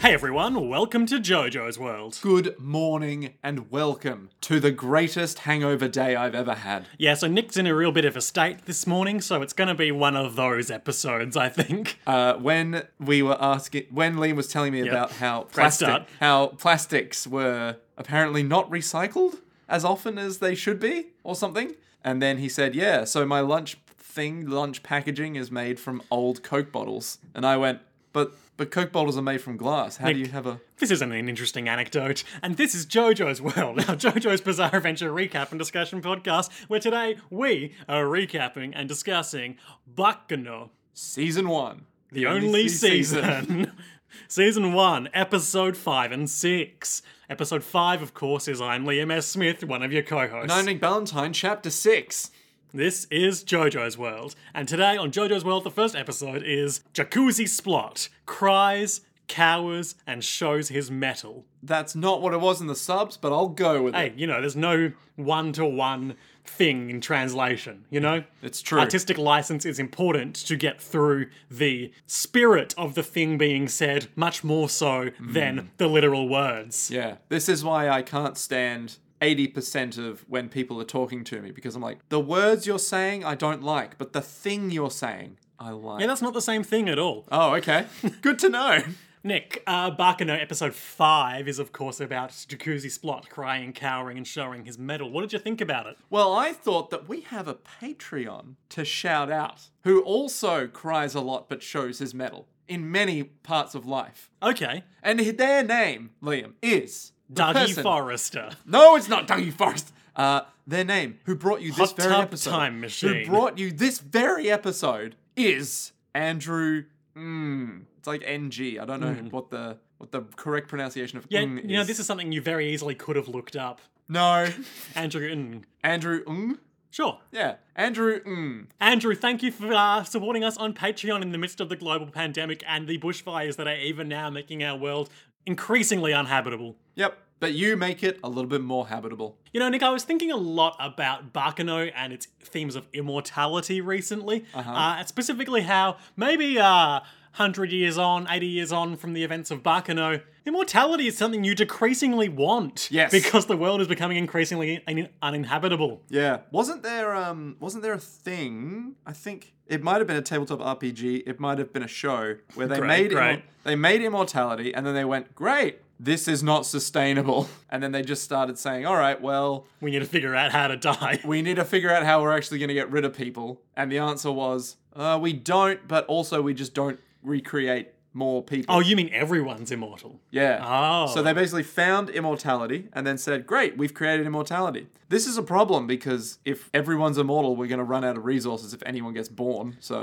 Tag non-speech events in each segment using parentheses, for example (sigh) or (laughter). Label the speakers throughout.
Speaker 1: Hey everyone, welcome to JoJo's World.
Speaker 2: Good morning and welcome to the greatest hangover day I've ever had.
Speaker 1: Yeah, so Nick's in a real bit of a state this morning, so it's gonna be one of those episodes, I think.
Speaker 2: Uh, when we were asking, when Liam was telling me about how
Speaker 1: start.
Speaker 2: plastic, how plastics were apparently not recycled as often as they should be, or something, and then he said, "Yeah, so my lunch thing, lunch packaging is made from old Coke bottles," and I went, "But but Coke bottles are made from glass. How do
Speaker 1: Nick-
Speaker 2: you have a?"
Speaker 1: This isn't an interesting anecdote, and this is JoJo's World, our JoJo's Bizarre Adventure recap and discussion podcast, where today we are recapping and discussing Bakuno,
Speaker 2: Season one,
Speaker 1: the only season. (laughs) season 1, Episode 5 and 6. Episode 5, of course, is I'm Liam S. Smith, one of your co hosts.
Speaker 2: Nine Nick Valentine, chapter six.
Speaker 1: This is JoJo's World, and today on JoJo's World, the first episode is Jacuzzi Splot cries, cowers, and shows his metal.
Speaker 2: That's not what it was in the subs, but I'll go with it.
Speaker 1: Hey, you know, there's no one to one thing in translation, you know?
Speaker 2: It's true.
Speaker 1: Artistic license is important to get through the spirit of the thing being said, much more so than the literal words.
Speaker 2: Mm. yeah. This is why I can't stand 80% of when people are talking to me because I'm like, the words you're saying I don't like, but the thing you're saying I like.
Speaker 1: Yeah, that's not the same thing at all.
Speaker 2: oh, (laughs) okay. Good to know.
Speaker 1: Nick, uh, Barkano episode 5 is, of course, about Jacuzzi Splot crying, cowering, and showing his medal. What did you think about it?
Speaker 2: Well, I thought that we have a Patreon to shout out who also cries a lot but shows his metal in many parts of life.
Speaker 1: Okay.
Speaker 2: And their name, Liam, is the
Speaker 1: Dougie
Speaker 2: person-
Speaker 1: Forrester.
Speaker 2: No, it's not Dougie Forrest. Uh, their name, who brought you this
Speaker 1: Hot
Speaker 2: very
Speaker 1: Tub
Speaker 2: episode,
Speaker 1: Time Machine.
Speaker 2: who brought you this very episode, is Andrew. Mm, it's like ng. I don't know what the what the correct pronunciation of
Speaker 1: Mm. Yeah,
Speaker 2: ng
Speaker 1: you know,
Speaker 2: is.
Speaker 1: this is something you very easily could have looked up.
Speaker 2: no,
Speaker 1: Andrew, mm,
Speaker 2: Andrew ng.
Speaker 1: sure.
Speaker 2: Yeah, Andrew ng.
Speaker 1: Andrew, thank you for uh, supporting us on Patreon in the midst of the global pandemic and the bushfires that are even now making our world increasingly unhabitable.
Speaker 2: Yep, but you make it a little bit more habitable.
Speaker 1: You know, Nick, I was thinking a lot about Bakano and its themes of immortality recently, uh
Speaker 2: Uh-huh.
Speaker 1: and specifically how maybe uh, 100 years on, 80 years on from the events of Bakano, immortality is something you decreasingly want.
Speaker 2: Yes.
Speaker 1: Because the world is becoming increasingly un- uninhabitable.
Speaker 2: Yeah, wasn't there um wasn't there a thing? I think it might have been a tabletop RPG. It might have been a show where they
Speaker 1: Great,
Speaker 2: made immo-
Speaker 1: great.
Speaker 2: they made immortality, and then they went, "Great, this is not sustainable," (laughs) and then they just started saying, "All right, well,
Speaker 1: We need to figure out how to die.
Speaker 2: we need to figure out how we're actually going to get rid of people." And the answer was, uh, "We don't, but also we just don't recreate more people."
Speaker 1: Oh, you mean everyone's immortal?
Speaker 2: Yeah.
Speaker 1: Oh.
Speaker 2: So they basically found immortality and then said, great, we've created immortality. This is a problem because if everyone's immortal, we're going to run out of resources if anyone gets born. So,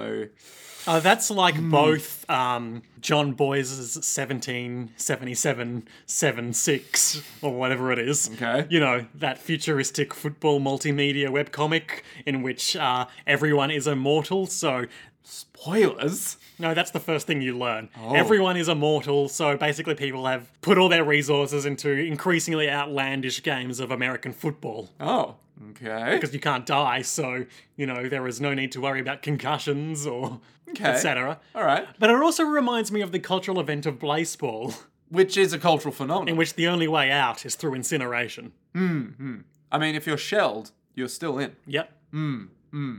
Speaker 1: Uh, that's like
Speaker 2: Hmm.
Speaker 1: both um, John Boyce's 1777 76 or whatever it is.
Speaker 2: Okay.
Speaker 1: You know, that futuristic football multimedia webcomic in which uh, everyone is immortal. So,
Speaker 2: spoilers.
Speaker 1: no, that's the first thing you learn.
Speaker 2: Oh.
Speaker 1: Everyone is immortal. So, basically, people have put all their resources into increasingly outlandish games of American football
Speaker 2: Oh, okay.
Speaker 1: because you can't die. So, you know, there is no need to worry about concussions or
Speaker 2: Okay.
Speaker 1: etc.
Speaker 2: All right.
Speaker 1: But it also reminds me of the cultural event of baseball,
Speaker 2: Which is a cultural
Speaker 1: in
Speaker 2: phenomenon.
Speaker 1: which the only way out is through incineration.
Speaker 2: I mean, if you're shelled, you're still in.
Speaker 1: Yep.
Speaker 2: And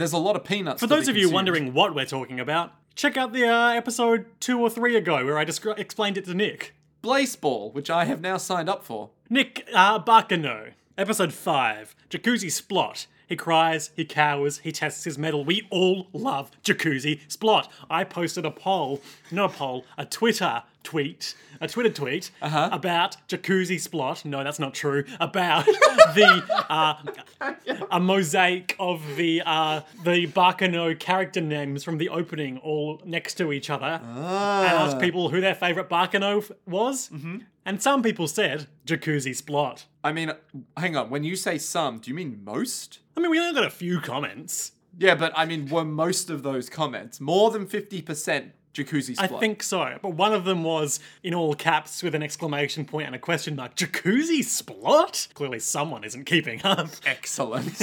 Speaker 2: there's a lot of peanuts.
Speaker 1: For those of you wondering what we're talking about, check out the uh, episode two or three ago where I descri- explained it to Nick.
Speaker 2: Blazeball, which I have now signed up for.
Speaker 1: Nick uh, Bakano, episode five, Jacuzzi Splot. He cries, he cowers, he tests his metal. We all love Jacuzzi Splot. I posted a poll, not a poll, a Twitter tweet, a Twitter tweet about Jacuzzi Splot. No, that's not true. About the uh, a mosaic of the uh, the Bakano character names from the opening, all next to each other and asked people who their favourite Barkano f- was. And some people said Jacuzzi Splot.
Speaker 2: I mean, hang on. When you say some, do you mean most?
Speaker 1: I mean, we only got a few comments.
Speaker 2: Yeah, but I mean, were most of those comments more than 50% jacuzzi
Speaker 1: I
Speaker 2: split?
Speaker 1: think so. But one of them was in all caps with an exclamation point and a question mark Jacuzzi Splot? Clearly, someone isn't keeping up. (laughs)
Speaker 2: Excellent.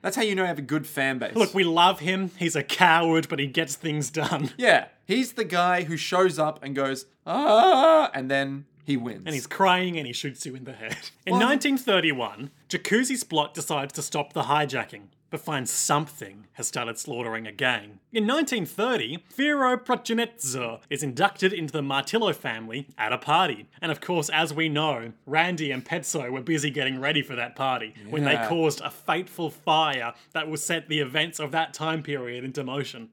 Speaker 2: That's how you know you have a good fan base.
Speaker 1: Look, we love him. He's a coward, but he gets things done.
Speaker 2: yeah, he's the guy who shows up and goes ah, and then he wins.
Speaker 1: And he's crying and he shoots you in the head. In 1931, Jacuzzi Splot decides to stop the hijacking, but finds something has started slaughtering a gang. In 1930, Vero Progenitzer is inducted into the Martillo family at a party. And of course, as we know, Randy and Petzo were busy getting ready for that party when they
Speaker 2: Yeah.
Speaker 1: caused a fateful fire that will set the events of that time period into motion.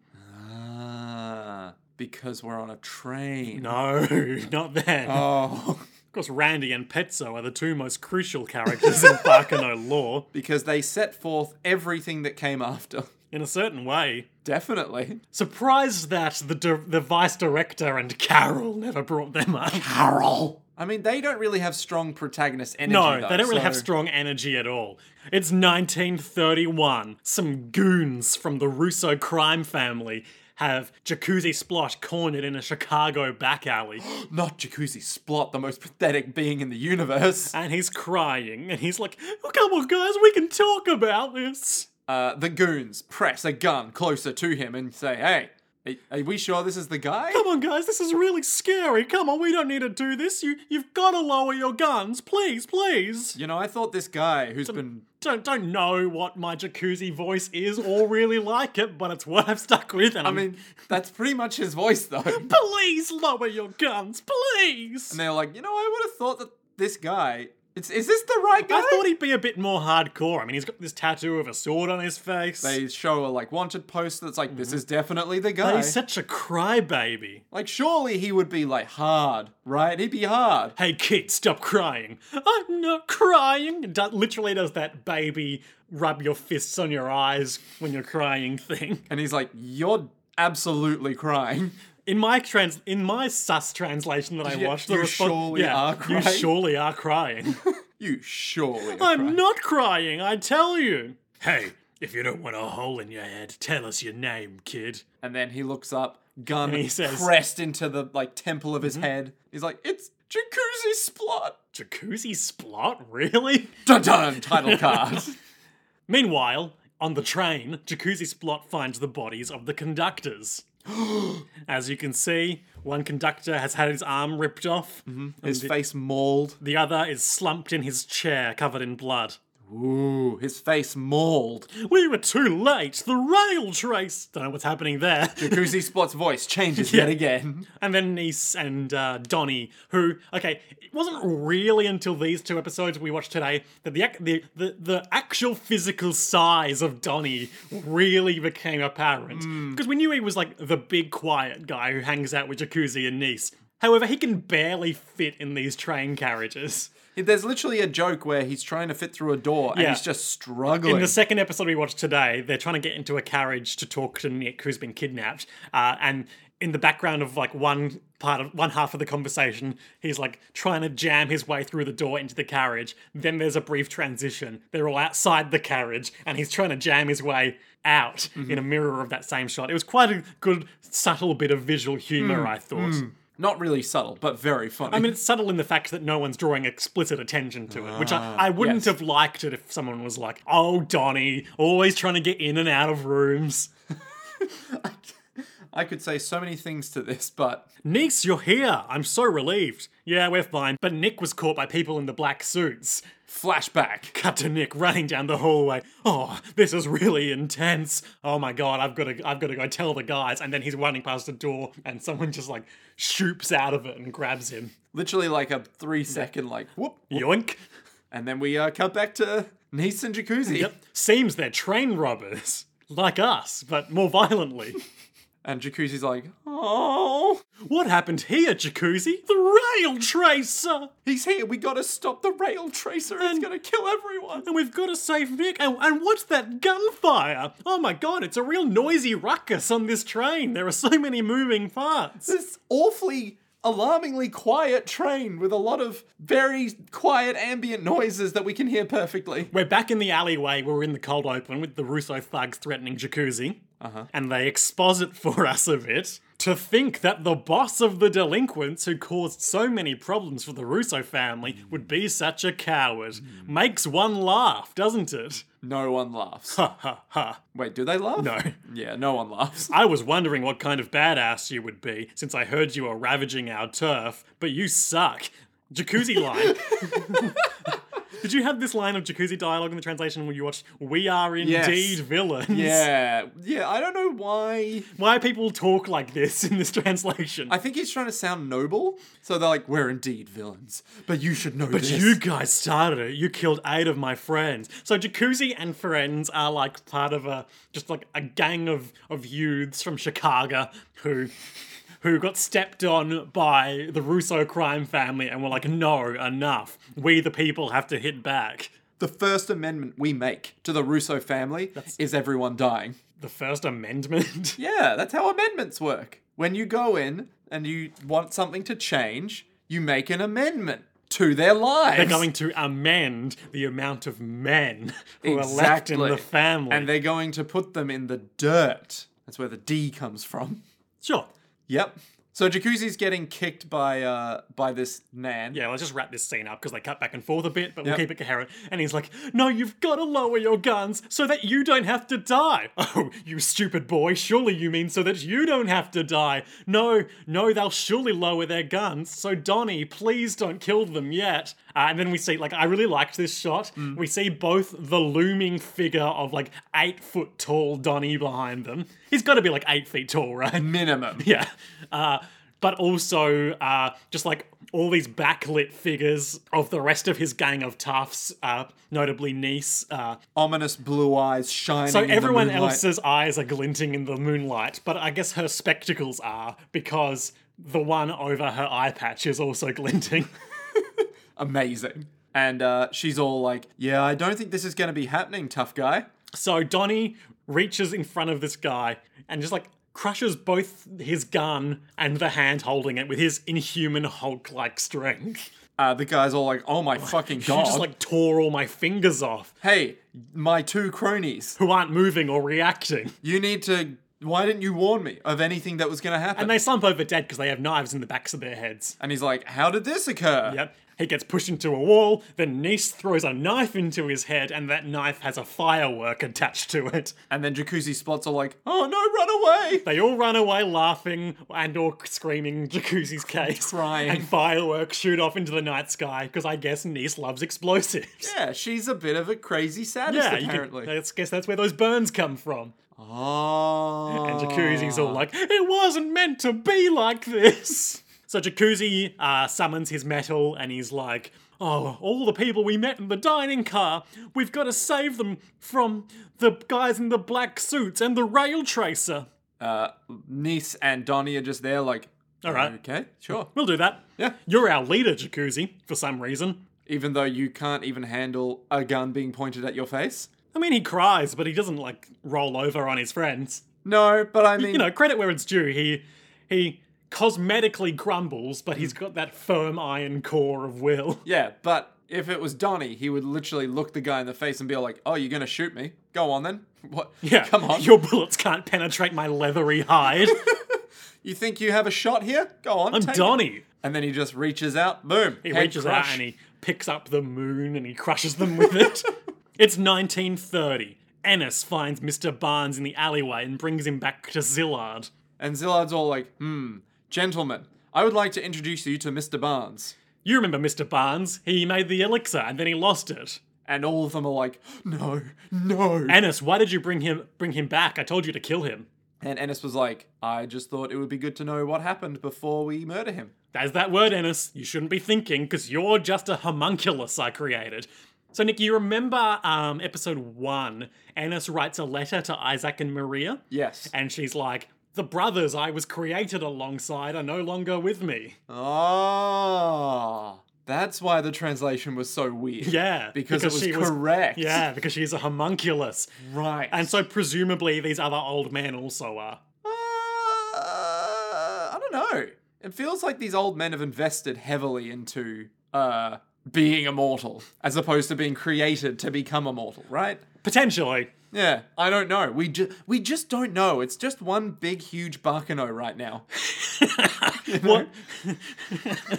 Speaker 2: ah, because we're on a train.
Speaker 1: No, (laughs) not then.
Speaker 2: (laughs) Oh,
Speaker 1: Of course, Randy and Petzo are the two most crucial characters in Barkano lore.
Speaker 2: because they set forth everything that came after. (laughs)
Speaker 1: In a certain way,
Speaker 2: Definitely.
Speaker 1: surprised that the di- the vice director and Carol never brought them up.
Speaker 2: Carol. I mean, they don't really have strong protagonist energy.
Speaker 1: Oh. No,
Speaker 2: though,
Speaker 1: they don't really have
Speaker 2: so-
Speaker 1: strong energy at all. It's 1931. Some goons from the Russo crime family have Jacuzzi Splot cornered in a Chicago back alley.
Speaker 2: Not Jacuzzi Splot, the most pathetic being in the
Speaker 1: (laughs)
Speaker 2: universe.
Speaker 1: And he's crying, and he's like, oh, Come on, guys, we can talk about this.
Speaker 2: Uh, the goons press a gun closer to him and say, "Hey, are, are we sure this is the guy?"
Speaker 1: Come on, guys, this is really scary. Come on, we don't need to do this. You, you've got to lower your guns, please, please.
Speaker 2: You know, I thought this guy who's been
Speaker 1: Don't don't know what my jacuzzi voice is or really like it, but it's what I've stuck with. And
Speaker 2: I mean, that's pretty much his voice
Speaker 1: (laughs)
Speaker 2: though. And
Speaker 1: please lower your guns, please.
Speaker 2: they're like, "You know, I would have thought that this guy it's is this the right guy?"
Speaker 1: I thought he'd be a bit more hardcore. I mean, he's got this tattoo of a sword on his face.
Speaker 2: they show a like wanted poster that's like,
Speaker 1: Mm-hmm.
Speaker 2: "This is definitely the guy."
Speaker 1: He's such a crybaby.
Speaker 2: like, surely he would be like hard, right? He'd be hard.
Speaker 1: Hey kid, stop crying. I'm not crying. It do- literally does that baby rub your fists on your eyes when you're crying thing.
Speaker 2: And he's like, "You're absolutely crying." (laughs)
Speaker 1: In my trans, in my sus translation that I
Speaker 2: Yeah,
Speaker 1: watched, the
Speaker 2: you
Speaker 1: response,
Speaker 2: surely
Speaker 1: yeah,
Speaker 2: are
Speaker 1: you
Speaker 2: crying."
Speaker 1: surely are crying.
Speaker 2: You surely. are
Speaker 1: I'm
Speaker 2: crying.
Speaker 1: not crying, I tell you. Hey, if you don't want a hole in your head, tell us your name, kid.
Speaker 2: And then he looks up, gun
Speaker 1: he says- Mm-hmm.
Speaker 2: pressed into the like temple of his head. He's like, "It's Jacuzzi Splot."
Speaker 1: Jacuzzi Splot, really?
Speaker 2: Dun
Speaker 1: (laughs)
Speaker 2: dun. Title card.
Speaker 1: Meanwhile, on the train, Jacuzzi Splot finds the bodies of the conductors. (gasps) As you can see, one conductor has had his arm ripped off.
Speaker 2: his face mauled.
Speaker 1: The other is slumped in his chair, covered in blood.
Speaker 2: Ooh, his face mauled.
Speaker 1: We were too late. The rail trace. Don't know what's happening there. (laughs)
Speaker 2: Jacuzzi Splot's voice changes yet again.
Speaker 1: And then Nice and uh, Donnie, who, okay, it wasn't really until these two episodes we watched today that the, ac- the, the, the actual physical size of Donnie really became apparent. Because we knew he was like the big quiet guy who hangs out with Jacuzzi and Nice. However, he can barely fit in these train carriages.
Speaker 2: There's literally a joke where he's trying to fit through a door and
Speaker 1: Yeah.
Speaker 2: he's just struggling.
Speaker 1: In the second episode we watched today, they're trying to get into a carriage to talk to Nick, who's been kidnapped. Uh, and in the background of like one part of one half of the conversation, he's like trying to jam his way through the door into the carriage. Then there's a brief transition. They're all outside the carriage, and he's trying to jam his way out in a mirror of that same shot. It was quite a good, subtle bit of visual humor, I thought.
Speaker 2: Not really subtle, but very funny.
Speaker 1: I mean, it's subtle in the fact that no one's drawing explicit attention to it, which I, I wouldn't
Speaker 2: yes.
Speaker 1: have liked it if someone was like, oh, Donnie, always trying to get in and out of rooms.
Speaker 2: I could say so many things to this, but
Speaker 1: Niece, you're here. I'm so relieved. Yeah, we're fine. But Nick was caught by people in the black suits.
Speaker 2: flashback.
Speaker 1: Cut to Nick running down the hallway. Oh, this is really intense. Oh my god, I've got to, I've got to go tell the guys. And then he's running past a door, and someone just like shoops out of it and grabs him.
Speaker 2: Literally like a three second, like whoop.
Speaker 1: Yoink.
Speaker 2: And then we uh, cut back to Nice and Jacuzzi.
Speaker 1: Yep. Seems they're train robbers. Like us, but more violently.
Speaker 2: And Jacuzzi's like, oh,
Speaker 1: what happened here, Jacuzzi? The rail tracer!
Speaker 2: he's here. We gotta stop the rail tracer. He's gonna kill everyone.
Speaker 1: And we've got to save Nick. And, and what's that gunfire? Oh my god, it's a real noisy ruckus on this train. There are so many moving parts.
Speaker 2: This awfully, alarmingly quiet train with a lot of very quiet ambient noises that we can hear perfectly.
Speaker 1: We're back in the alleyway. We're in the cold open with the Russo thugs threatening Jacuzzi. Uh-huh. And they exposit for (laughs) us a bit. To think that the boss of the delinquents who caused so many problems for the Russo family would be such a coward makes one laugh, doesn't it?
Speaker 2: No one laughs.
Speaker 1: Ha ha ha.
Speaker 2: Wait, do they laugh?
Speaker 1: No.
Speaker 2: Yeah, no one
Speaker 1: (laughs)
Speaker 2: laughs.
Speaker 1: I was wondering what kind of badass you would be since I heard you were ravaging our turf, but you suck. Jacuzzi
Speaker 2: (laughs)
Speaker 1: line. Did you have this line of jacuzzi dialogue in the translation when you watched We Are Indeed
Speaker 2: Yes.
Speaker 1: Villains?
Speaker 2: Yeah, yeah. I don't know why.
Speaker 1: Why people talk like this in this (laughs) translation?
Speaker 2: I think he's trying to sound noble, so they're like, "We're indeed villains, but you should know this."
Speaker 1: You guys started it. You killed eight of my friends. So Jacuzzi and friends are like part of a just like a gang of of youths from Chicago who who got stepped on by the Russo crime family and were like, no, enough. We the people have to hit back.
Speaker 2: the First Amendment we make to the Russo family is everyone dying.
Speaker 1: The First
Speaker 2: (laughs)
Speaker 1: Amendment.
Speaker 2: Yeah, that's how amendments work. When you go in and you want something to change, you make an amendment to their lives.
Speaker 1: They're going to amend the amount of men who are left in
Speaker 2: Exactly.
Speaker 1: the family.
Speaker 2: and they're going to put them in the dirt. That's where the D comes from. (laughs)
Speaker 1: sure.
Speaker 2: Yep. So Jacuzzi's getting kicked by uh by this nan.
Speaker 1: yeah, let's just wrap this scene up because they cut back and forth a bit, but we'll
Speaker 2: Yep.
Speaker 1: keep it coherent. And he's like, No, you've got to lower your guns so that you don't have to die. (laughs) Oh, you stupid boy, surely you mean so that you don't have to die. No, no, they'll surely lower their guns. So, Donnie, please don't kill them yet. Uh, and then we see, like, I really liked this shot. We see both the looming figure of, like, eight foot tall Donnie behind them. He's got to be, like, eight feet tall, right?
Speaker 2: Minimum.
Speaker 1: (laughs) Yeah. Uh, but also uh, just like all these backlit figures of the rest of his gang of toughs, uh, notably Nice. Uh,
Speaker 2: Ominous blue eyes shining.
Speaker 1: so
Speaker 2: in the
Speaker 1: everyone
Speaker 2: moonlight.
Speaker 1: else's eyes are glinting in the moonlight, but I guess her spectacles are because the one over her eye patch is also (laughs) glinting.
Speaker 2: amazing. And uh, she's all like, "Yeah, I don't think this is going to be happening, tough guy."
Speaker 1: So Donnie reaches in front of this guy and just like crushes both his gun and the hand holding it with his inhuman Hulk like strength. (laughs)
Speaker 2: Uh, the guy's all like, "Oh my fucking
Speaker 1: He
Speaker 2: god!"
Speaker 1: just like tore all my fingers off.
Speaker 2: hey, my two cronies,
Speaker 1: who aren't moving or reacting.
Speaker 2: you need to. Why didn't you warn me of anything that was going to happen?
Speaker 1: And
Speaker 2: And,
Speaker 1: they slump over dead because they have knives in the backs of their heads.
Speaker 2: he's like, "How did this occur?"
Speaker 1: Yep. He gets pushed into a wall, then Nice throws a knife into his head, and that knife has a firework attached to it.
Speaker 2: And then Jacuzzi spots are like, "Oh no, run away!"
Speaker 1: They all run away laughing and or screaming Jacuzzi's case.
Speaker 2: Crying.
Speaker 1: And fireworks shoot off into the night sky, because I guess Nice loves explosives.
Speaker 2: Yeah, she's a bit of a crazy sadist
Speaker 1: you could-
Speaker 2: apparently.
Speaker 1: I guess that's where those burns come from.
Speaker 2: Oh.
Speaker 1: And Jacuzzi's all like, it wasn't meant to be like this. (laughs) So Jacuzzi uh, summons his metal and he's like, oh, all the people we met in the dining car, we've got to save them from the guys in the black suits and the rail tracer.
Speaker 2: uh, Nice and Donnie are just there, like,
Speaker 1: All right.
Speaker 2: okay, sure,
Speaker 1: (laughs) We'll do that.
Speaker 2: yeah.
Speaker 1: You're our leader, Jacuzzi, for some reason.
Speaker 2: Even though you can't even handle a gun being pointed at your face.
Speaker 1: I mean, he cries, but he doesn't like roll over on his friends.
Speaker 2: No, but I mean,
Speaker 1: You know, credit where it's due. He he cosmetically grumbles, but he's got that firm iron core of will.
Speaker 2: yeah. But if it was Donnie, he would literally look the guy in the face and be like, "Oh, you're gonna shoot me? Go on then. (laughs) What?
Speaker 1: Yeah,
Speaker 2: come on.
Speaker 1: Your bullets can't penetrate my leathery hide.
Speaker 2: (laughs) You think you have a shot here? Go on.
Speaker 1: I'm
Speaker 2: take it."
Speaker 1: Donnie.
Speaker 2: And then he just reaches out. Boom.
Speaker 1: He reaches out and he picks up the moon and he crushes them with
Speaker 2: (laughs)
Speaker 1: it. it's 1930. Ennis finds Mr. Barnes in the alleyway and brings him back to Zillard.
Speaker 2: And Zillard's all like, "Hmm, gentlemen, I would like to introduce you to Mr. Barnes."
Speaker 1: You remember Mr. Barnes? He made the elixir and then he lost it.
Speaker 2: And all of them are like, "No, no."
Speaker 1: Ennis, why did you bring him bring him back? I told you to kill him.
Speaker 2: And Ennis was like, I just thought it would be good to know what happened before we murder him.
Speaker 1: There's that word, Ennis. You shouldn't be thinking, because you're just a homunculus I created. So, Nick, you remember um, episode one? Ennis writes a letter to Isaac and Maria,
Speaker 2: Yes.
Speaker 1: and she's like, The brothers I was created alongside are no longer with me.
Speaker 2: Ah, that's why the translation was so weird.
Speaker 1: Yeah.
Speaker 2: Because, it
Speaker 1: she
Speaker 2: was correct.
Speaker 1: Yeah, because she's a homunculus.
Speaker 2: Right.
Speaker 1: And so, presumably, these other old men also are.
Speaker 2: Uh, I don't know. It feels like these old men have invested heavily into uh being immortal as opposed to being created to become immortal, right?
Speaker 1: Potentially.
Speaker 2: Yeah, I don't know. We ju- we just don't know. It's just one big huge Barkano right now.
Speaker 1: What? (laughs)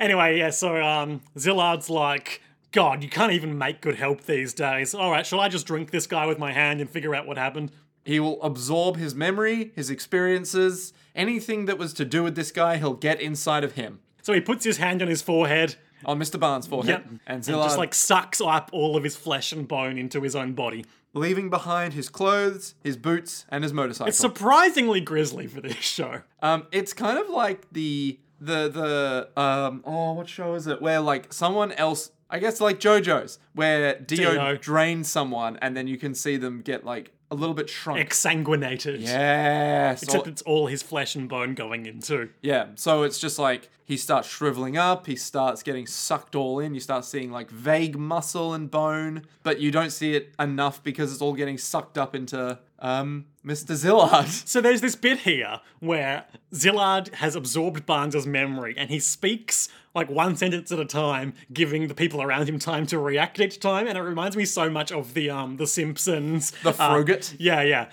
Speaker 1: anyway, yeah, so um, Zillard's like, God, you can't even make good help these days. All right, shall I just drink this guy with my hand and figure out what happened?
Speaker 2: He will absorb his memory, his experiences, anything that was to do with this guy, he'll get inside of him.
Speaker 1: So he puts his hand on his forehead
Speaker 2: On Mr. Barnes' forehead.
Speaker 1: Yep.
Speaker 2: And
Speaker 1: and
Speaker 2: Zillard
Speaker 1: just like sucks up all of his flesh and bone into his own body.
Speaker 2: leaving behind his clothes, his boots, and his motorcycle.
Speaker 1: Surprisingly grisly for this show.
Speaker 2: Um, it's kind of like the the the um oh what show is it where like someone else I guess like JoJo's where Dio,
Speaker 1: Dio.
Speaker 2: drains someone and then you can see them get like a little bit shrunk.
Speaker 1: Exsanguinated.
Speaker 2: yes.
Speaker 1: Except
Speaker 2: or-
Speaker 1: it's all his flesh and bone going in too.
Speaker 2: yeah. So it's just like he starts shriveling up, he starts getting sucked all in, you start seeing like vague muscle and bone, but you don't see it enough because it's all getting sucked up into um Mr. Zillard. (laughs)
Speaker 1: So there's this bit here where Zillard has absorbed Barnes' memory and he speaks like one sentence at a time, giving the people around him time to react each time, and it reminds me so much of the um the Simpsons.
Speaker 2: The
Speaker 1: uh,
Speaker 2: Frogget.
Speaker 1: yeah, yeah.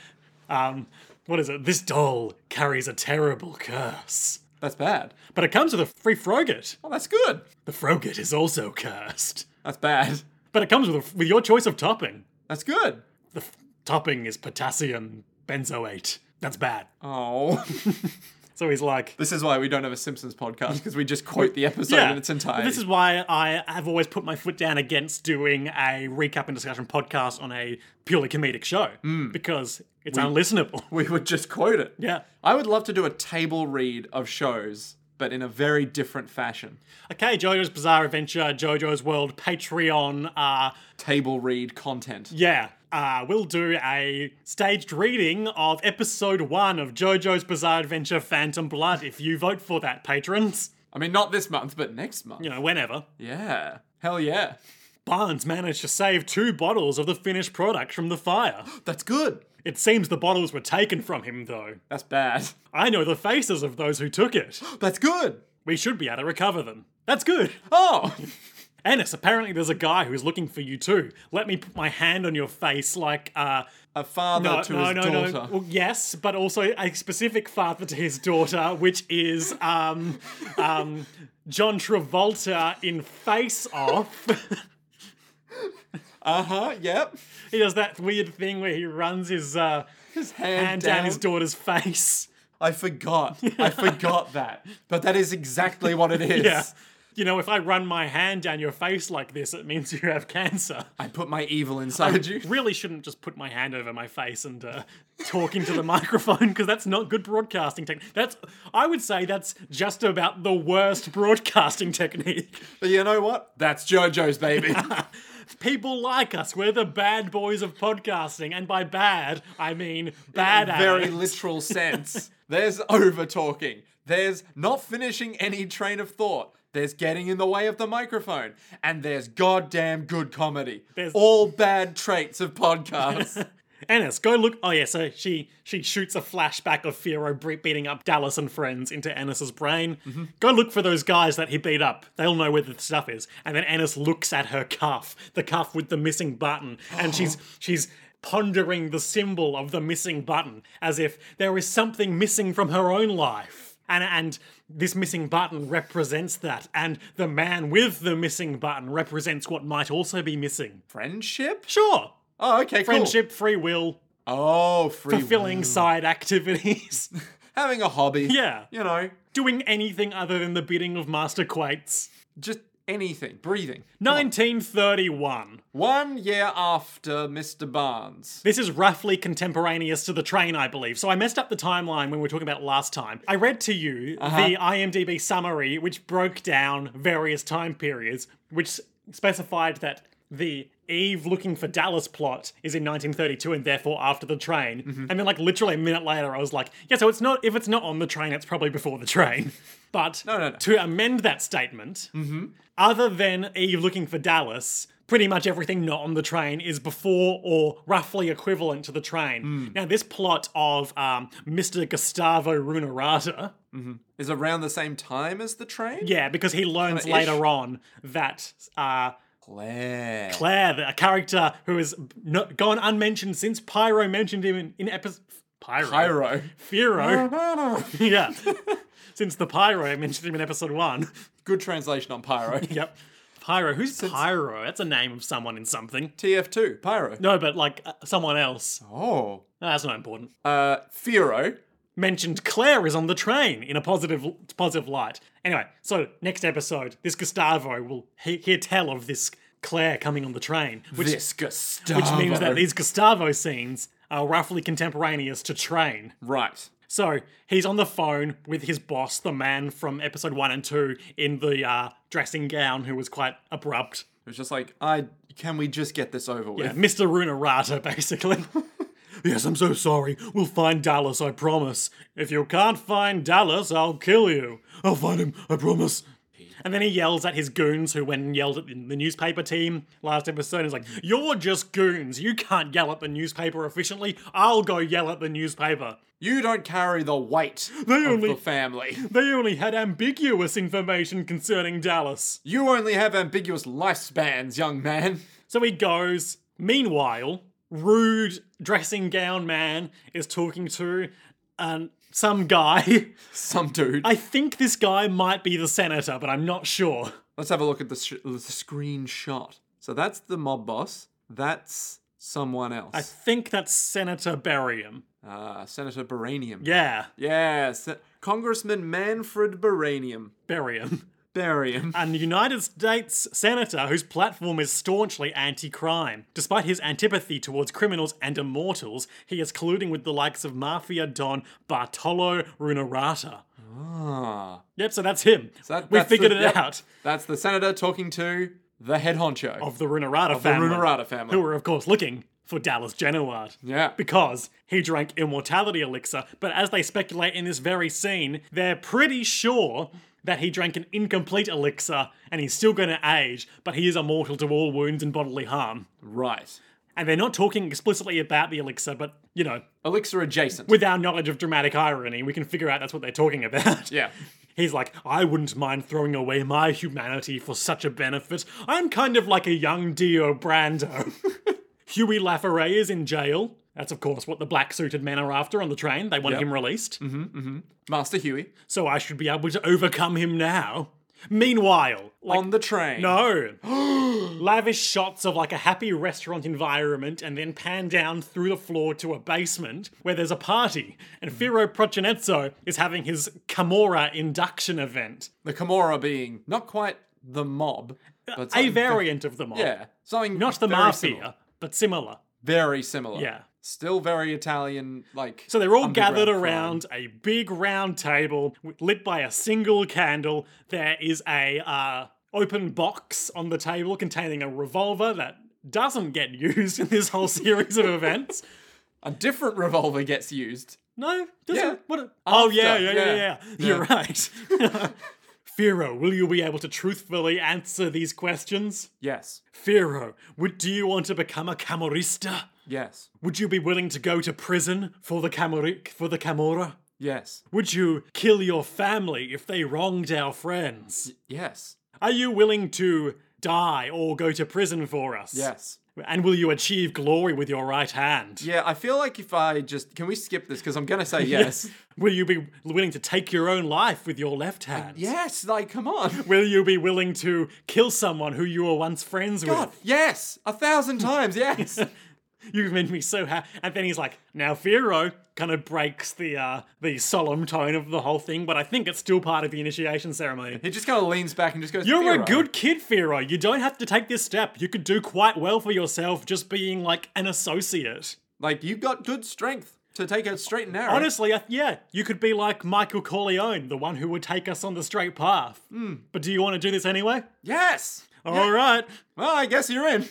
Speaker 1: Um what is it? This doll carries a terrible curse.
Speaker 2: That's bad.
Speaker 1: But it comes with a free Frogget.
Speaker 2: Oh, that's good.
Speaker 1: The Frogget is also cursed.
Speaker 2: That's bad.
Speaker 1: But it comes with a, with your choice of topping.
Speaker 2: That's good.
Speaker 1: The f- topping is potassium benzoate. That's bad.
Speaker 2: Oh. (laughs)
Speaker 1: So he's like,
Speaker 2: This is why we don't have a Simpsons
Speaker 1: (laughs)
Speaker 2: podcast because we just quote the episode in its entirety.
Speaker 1: This is why I have always put my foot down against doing a recap and discussion podcast on a purely comedic show because it's unlistenable.
Speaker 2: Mm.
Speaker 1: (laughs)
Speaker 2: we would just quote it.
Speaker 1: yeah.
Speaker 2: I would love to do a table read of shows, but in a very different fashion.
Speaker 1: Okay, JoJo's Bizarre Adventure, JoJo's World, Patreon. Uh,
Speaker 2: Table read content.
Speaker 1: yeah, uh, we'll do a staged reading of episode one of JoJo's Bizarre Adventure Phantom Blood if you vote for that, patrons.
Speaker 2: I mean, not this month, but next month.
Speaker 1: You know, whenever.
Speaker 2: Yeah. Hell yeah.
Speaker 1: Barnes managed to save two bottles of the finished product from the fire.
Speaker 2: That's good.
Speaker 1: It seems the bottles were taken from him, though.
Speaker 2: That's bad. (gasps)
Speaker 1: I know the faces of those who took it.
Speaker 2: That's good.
Speaker 1: We should be able to recover them. That's good. (laughs)
Speaker 2: Oh.
Speaker 1: Ennis, apparently there's a guy who's looking for you too. Let me put my hand on your face like, uh,
Speaker 2: A father
Speaker 1: no,
Speaker 2: to
Speaker 1: no,
Speaker 2: his
Speaker 1: no,
Speaker 2: daughter.
Speaker 1: no. Well, yes, but also a specific father to his daughter, which is, um, um, John Travolta in Face Off. (laughs)
Speaker 2: Uh huh. Yep.
Speaker 1: he does that weird thing where he runs his, uh,
Speaker 2: His hand,
Speaker 1: hand
Speaker 2: down.
Speaker 1: down his daughter's face.
Speaker 2: I forgot.
Speaker 1: (laughs)
Speaker 2: I forgot that. But that is exactly what it is.
Speaker 1: Yeah. You know, if I run my hand down your face like this, it means you have cancer.
Speaker 2: I put my evil inside you.
Speaker 1: Really shouldn't just put my hand over my face and uh, talk into the (laughs) microphone because that's not good broadcasting technique. That's, I would say, that's just about the worst broadcasting technique. (laughs)
Speaker 2: But you know what? That's JoJo's baby.
Speaker 1: People like us. We're the bad boys of podcasting, and by bad, I mean bad. at
Speaker 2: Very
Speaker 1: it.
Speaker 2: literal sense. There's over talking. There's not finishing any train of thought. There's getting in the way of the microphone. And there's goddamn good comedy.
Speaker 1: There's-
Speaker 2: All bad traits
Speaker 1: (laughs)
Speaker 2: of podcasts.
Speaker 1: Ennis, go look. Oh yeah, so she she shoots a flashback of Firo bre- beating up Dallas and friends into Ennis's brain. Go look for those guys that he beat up. They'll know where the stuff is. And then Ennis looks at her cuff, the cuff with the missing button, and she's she's pondering the symbol of the missing button as if there is something missing from her own life. And and this missing button represents that, and the man with the missing button represents what might also be missing.
Speaker 2: Friendship?
Speaker 1: Sure.
Speaker 2: Oh, okay, cool.
Speaker 1: Friendship, free will,
Speaker 2: Oh, free will.
Speaker 1: fulfilling side activities. (laughs)
Speaker 2: Having a hobby.
Speaker 1: yeah.
Speaker 2: You know,
Speaker 1: Doing anything other than the bidding of Master Quates.
Speaker 2: just anything. Breathing.
Speaker 1: 1931.
Speaker 2: One year after Mr. Barnes.
Speaker 1: This is roughly contemporaneous to the train, I believe. So I messed up the timeline when we were talking about last time. I read to you
Speaker 2: Uh-huh.
Speaker 1: the IMDb summary, which broke down various time periods, which s- specified that the Eve looking for Dallas plot is in 1932 and therefore after the train.
Speaker 2: Mm-hmm.
Speaker 1: And then, like, literally a minute later, I was like, yeah, so it's not, if it's not on the train, it's probably before the train. (laughs) But
Speaker 2: no, no.
Speaker 1: to amend that statement, other than Eve looking for Dallas, pretty much everything not on the train is before or roughly equivalent to the train. Now, this plot of um, Mr. Gustavo Runarata,
Speaker 2: Is around the same time as the train?
Speaker 1: yeah, because he learns
Speaker 2: Kinda ish.
Speaker 1: later on that uh,
Speaker 2: Claire.
Speaker 1: Claire, the- a character who has no, gone unmentioned since Pyro mentioned him in, in episode. Pyro.
Speaker 2: Pyro.
Speaker 1: Firo. (laughs)
Speaker 2: (laughs)
Speaker 1: yeah. since the Pyro mentioned him in episode one.
Speaker 2: Good translation
Speaker 1: (laughs)
Speaker 2: on Pyro.
Speaker 1: Yep. Pyro. Who's Pyro? That's a name of someone in something.
Speaker 2: TF2, Pyro.
Speaker 1: No, but like uh, someone else.
Speaker 2: Oh.
Speaker 1: No, that's not important.
Speaker 2: Uh, Firo.
Speaker 1: Mentioned Claire is on the train in a positive positive light. Anyway, so next episode, this Gustavo will he- hear tell of this Claire coming on the train, which
Speaker 2: This Gustavo.
Speaker 1: which means that these Gustavo scenes are roughly contemporaneous to train.
Speaker 2: Right.
Speaker 1: So he's on the phone with his boss, the man from episode one and two, in the uh, dressing gown who was quite abrupt.
Speaker 2: It was just like, I can we just get this over with?
Speaker 1: Yeah, Mr. Runarata, basically. (laughs) yes, I'm so sorry. We'll find Dallas, I promise. If you can't find Dallas, I'll kill you. I'll find him, I promise. And then he yells at his goons who went and yelled at the the newspaper team last episode. He's like, You're just goons. You can't yell at the newspaper efficiently. I'll go yell at the newspaper.
Speaker 2: You don't carry
Speaker 1: (laughs)
Speaker 2: the weight of
Speaker 1: They only
Speaker 2: the family.
Speaker 1: they only had ambiguous information concerning Dallas.
Speaker 2: You only have ambiguous lifespans, young man. (laughs)
Speaker 1: So he goes. Meanwhile, rude dressing gown man is talking to um, some guy. (laughs)
Speaker 2: Some dude.
Speaker 1: I think this guy might be the senator, but I'm not sure.
Speaker 2: Let's have a look at the, sh- the screenshot. So that's the mob boss. That's someone
Speaker 1: I
Speaker 2: else.
Speaker 1: think that's Senator Barium.
Speaker 2: Ah, Senator Baranium.
Speaker 1: Yeah,
Speaker 2: Yeah, Se- Congressman Manfred Baranium.
Speaker 1: Barium.
Speaker 2: Barium.
Speaker 1: (laughs) An United States senator whose platform is staunchly anti crime. Despite his antipathy towards criminals and immortals, he is colluding with the likes of mafia don Bartolo Runarata.
Speaker 2: Ah.
Speaker 1: Yep, so that's him.
Speaker 2: that-
Speaker 1: we
Speaker 2: that's
Speaker 1: figured
Speaker 2: the-
Speaker 1: it
Speaker 2: yep.
Speaker 1: out.
Speaker 2: That's the senator talking to the head honcho
Speaker 1: Of the Runarata family.
Speaker 2: Runarata family.
Speaker 1: Who were, of course, looking for Dallas Genoard.
Speaker 2: Yeah.
Speaker 1: Because he drank immortality elixir, but as they speculate in this very scene, they're pretty sure that he drank an incomplete elixir and he's still going to age, but he is immortal to all wounds and bodily harm.
Speaker 2: Right.
Speaker 1: And they're not talking explicitly about the elixir, but, you know,
Speaker 2: Elixir adjacent.
Speaker 1: with our knowledge of dramatic irony, we can figure out that's what they're talking about.
Speaker 2: yeah.
Speaker 1: He's like, I wouldn't mind throwing away my humanity for such a benefit. I'm kind of like a young Dio Brando. (laughs) Huey Laferre is in jail. That's, of course, what the black suited men are after on the train. They want him released.
Speaker 2: Master Huey
Speaker 1: So I should be able to overcome him now. Meanwhile, like,
Speaker 2: on the train.
Speaker 1: no. (gasps) Lavish shots of like a happy restaurant environment and then pan down through the floor to a basement where there's a party and Firo Procinezzo is having his Kimura induction event.
Speaker 2: The Kimura being not quite the mob, but
Speaker 1: Uh, a
Speaker 2: something-
Speaker 1: variant of the mob.
Speaker 2: Yeah. Something
Speaker 1: Not the
Speaker 2: very
Speaker 1: mafia,
Speaker 2: similar.
Speaker 1: but similar.
Speaker 2: Very similar.
Speaker 1: Yeah.
Speaker 2: Still very Italian, like.
Speaker 1: So they're all
Speaker 2: underground
Speaker 1: gathered
Speaker 2: crime.
Speaker 1: around a big round table w- lit by a single candle. There is a uh, open box on the table containing a revolver that doesn't get (laughs) used in this whole series of events.
Speaker 2: A different revolver gets used.
Speaker 1: No, does
Speaker 2: Yeah.
Speaker 1: it? What? oh
Speaker 2: After,
Speaker 1: yeah, yeah, yeah,
Speaker 2: yeah.
Speaker 1: yeah. You're right. (laughs) Firo, will you be able to truthfully answer these questions?
Speaker 2: Yes.
Speaker 1: Firo, would do you want to become a Camorrista?
Speaker 2: Yes.
Speaker 1: Would you be willing to go to prison for the Camoric for the Camorra?
Speaker 2: Yes.
Speaker 1: Would you kill your family if they wronged our friends?
Speaker 2: Yes.
Speaker 1: Are you willing to die or go to prison for us?
Speaker 2: Yes.
Speaker 1: And will you achieve glory with your right hand?
Speaker 2: Yeah, I feel like if I just. Can we skip this? Because I'm going to
Speaker 1: (laughs)
Speaker 2: say yes.
Speaker 1: Will you be willing to take your own life with your left hand?
Speaker 2: yes. Like, come on.
Speaker 1: Will you be willing to kill someone who you were once friends
Speaker 2: God. Yes. A thousand
Speaker 1: (laughs)
Speaker 2: times. Yes.
Speaker 1: with? You've made me so happy. And then he's like, now Firo kind of breaks the uh, the solemn tone of the whole thing, but I think it's still part of the initiation ceremony.
Speaker 2: he just kind of leans back and just goes,
Speaker 1: You're a
Speaker 2: "Firo."
Speaker 1: good kid, Firo. You don't have to take this step. You could do quite well for yourself just being like an associate.
Speaker 2: Like, you've got good strength to take a straight and narrow.
Speaker 1: Honestly, I, yeah, you could be like Michael Corleone, the one who would take us on the straight path. But do you want to do this anyway?
Speaker 2: Yes.
Speaker 1: All right,
Speaker 2: Well, I guess you're in.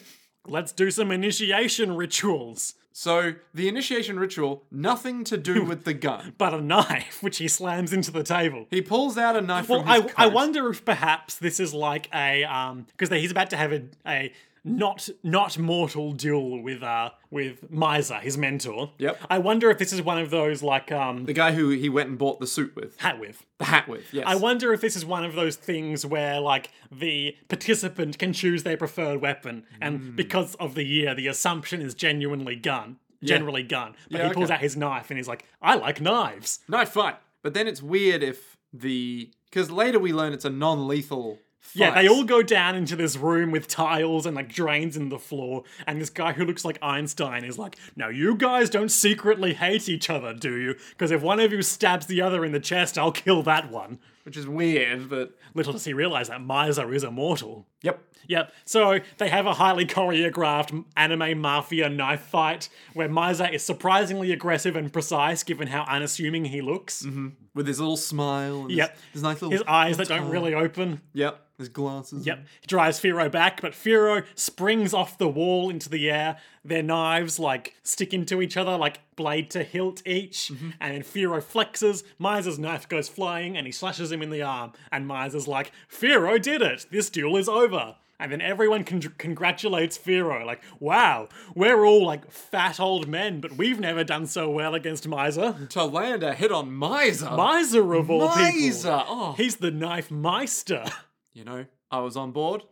Speaker 1: let's do some initiation rituals.
Speaker 2: So, the initiation ritual, nothing
Speaker 1: (laughs)
Speaker 2: to do with the gun.
Speaker 1: But a knife, (laughs) which he slams into the table.
Speaker 2: He pulls out a knife
Speaker 1: Well,
Speaker 2: from his
Speaker 1: I, I
Speaker 2: coat.
Speaker 1: wonder if perhaps this is like a um because he's about to have a, a not not mortal duel with uh with Miser, his mentor.
Speaker 2: Yep.
Speaker 1: I wonder if this is one of those like um
Speaker 2: The guy who he went and bought the suit with,
Speaker 1: hat with.
Speaker 2: the hat with. Yes.
Speaker 1: I wonder if this is one of those things where like the participant can choose their preferred weapon,
Speaker 2: Hmm.
Speaker 1: and because of the year, the assumption is genuinely gun, generally gun. But
Speaker 2: Yeah,
Speaker 1: he pulls
Speaker 2: okay.
Speaker 1: out his knife and he's like, "I like knives."
Speaker 2: knife fight. But then it's weird if the because later we learn it's a non-lethal. Fight.
Speaker 1: Yeah, they all go down into this room with tiles and like drains in the floor, and this guy who looks like Einstein is like, "Now you guys don't secretly hate each other, do you? Because if one of you stabs the other in the chest, I'll kill that one."
Speaker 2: which is weird, but
Speaker 1: Little does he realize that Miser is immortal.
Speaker 2: yep.
Speaker 1: Yep. So they have a highly choreographed anime mafia knife fight where Miser is surprisingly aggressive and precise given how unassuming he looks.
Speaker 2: With his little smile. And
Speaker 1: Yep.
Speaker 2: His, his nice little.
Speaker 1: His eyes that don't really open.
Speaker 2: yep. His glasses.
Speaker 1: Yep. He drives Firo back, but Firo springs off the wall into the air. Their knives like stick into each other, like blade to hilt each.
Speaker 2: Mm-hmm.
Speaker 1: And then Firo flexes. Miser's knife goes flying, and he slashes him in the arm. And Miser's like, "Firo did it. This duel is over." And then everyone con- congratulates Firo, like, "Wow, we're all like fat old men, but we've never done so well against Miser."
Speaker 2: To land a hit on Miser.
Speaker 1: Miser of all people,
Speaker 2: Oh. Miser. Oh.
Speaker 1: he's the knife meister. (laughs)
Speaker 2: you know, I was on board.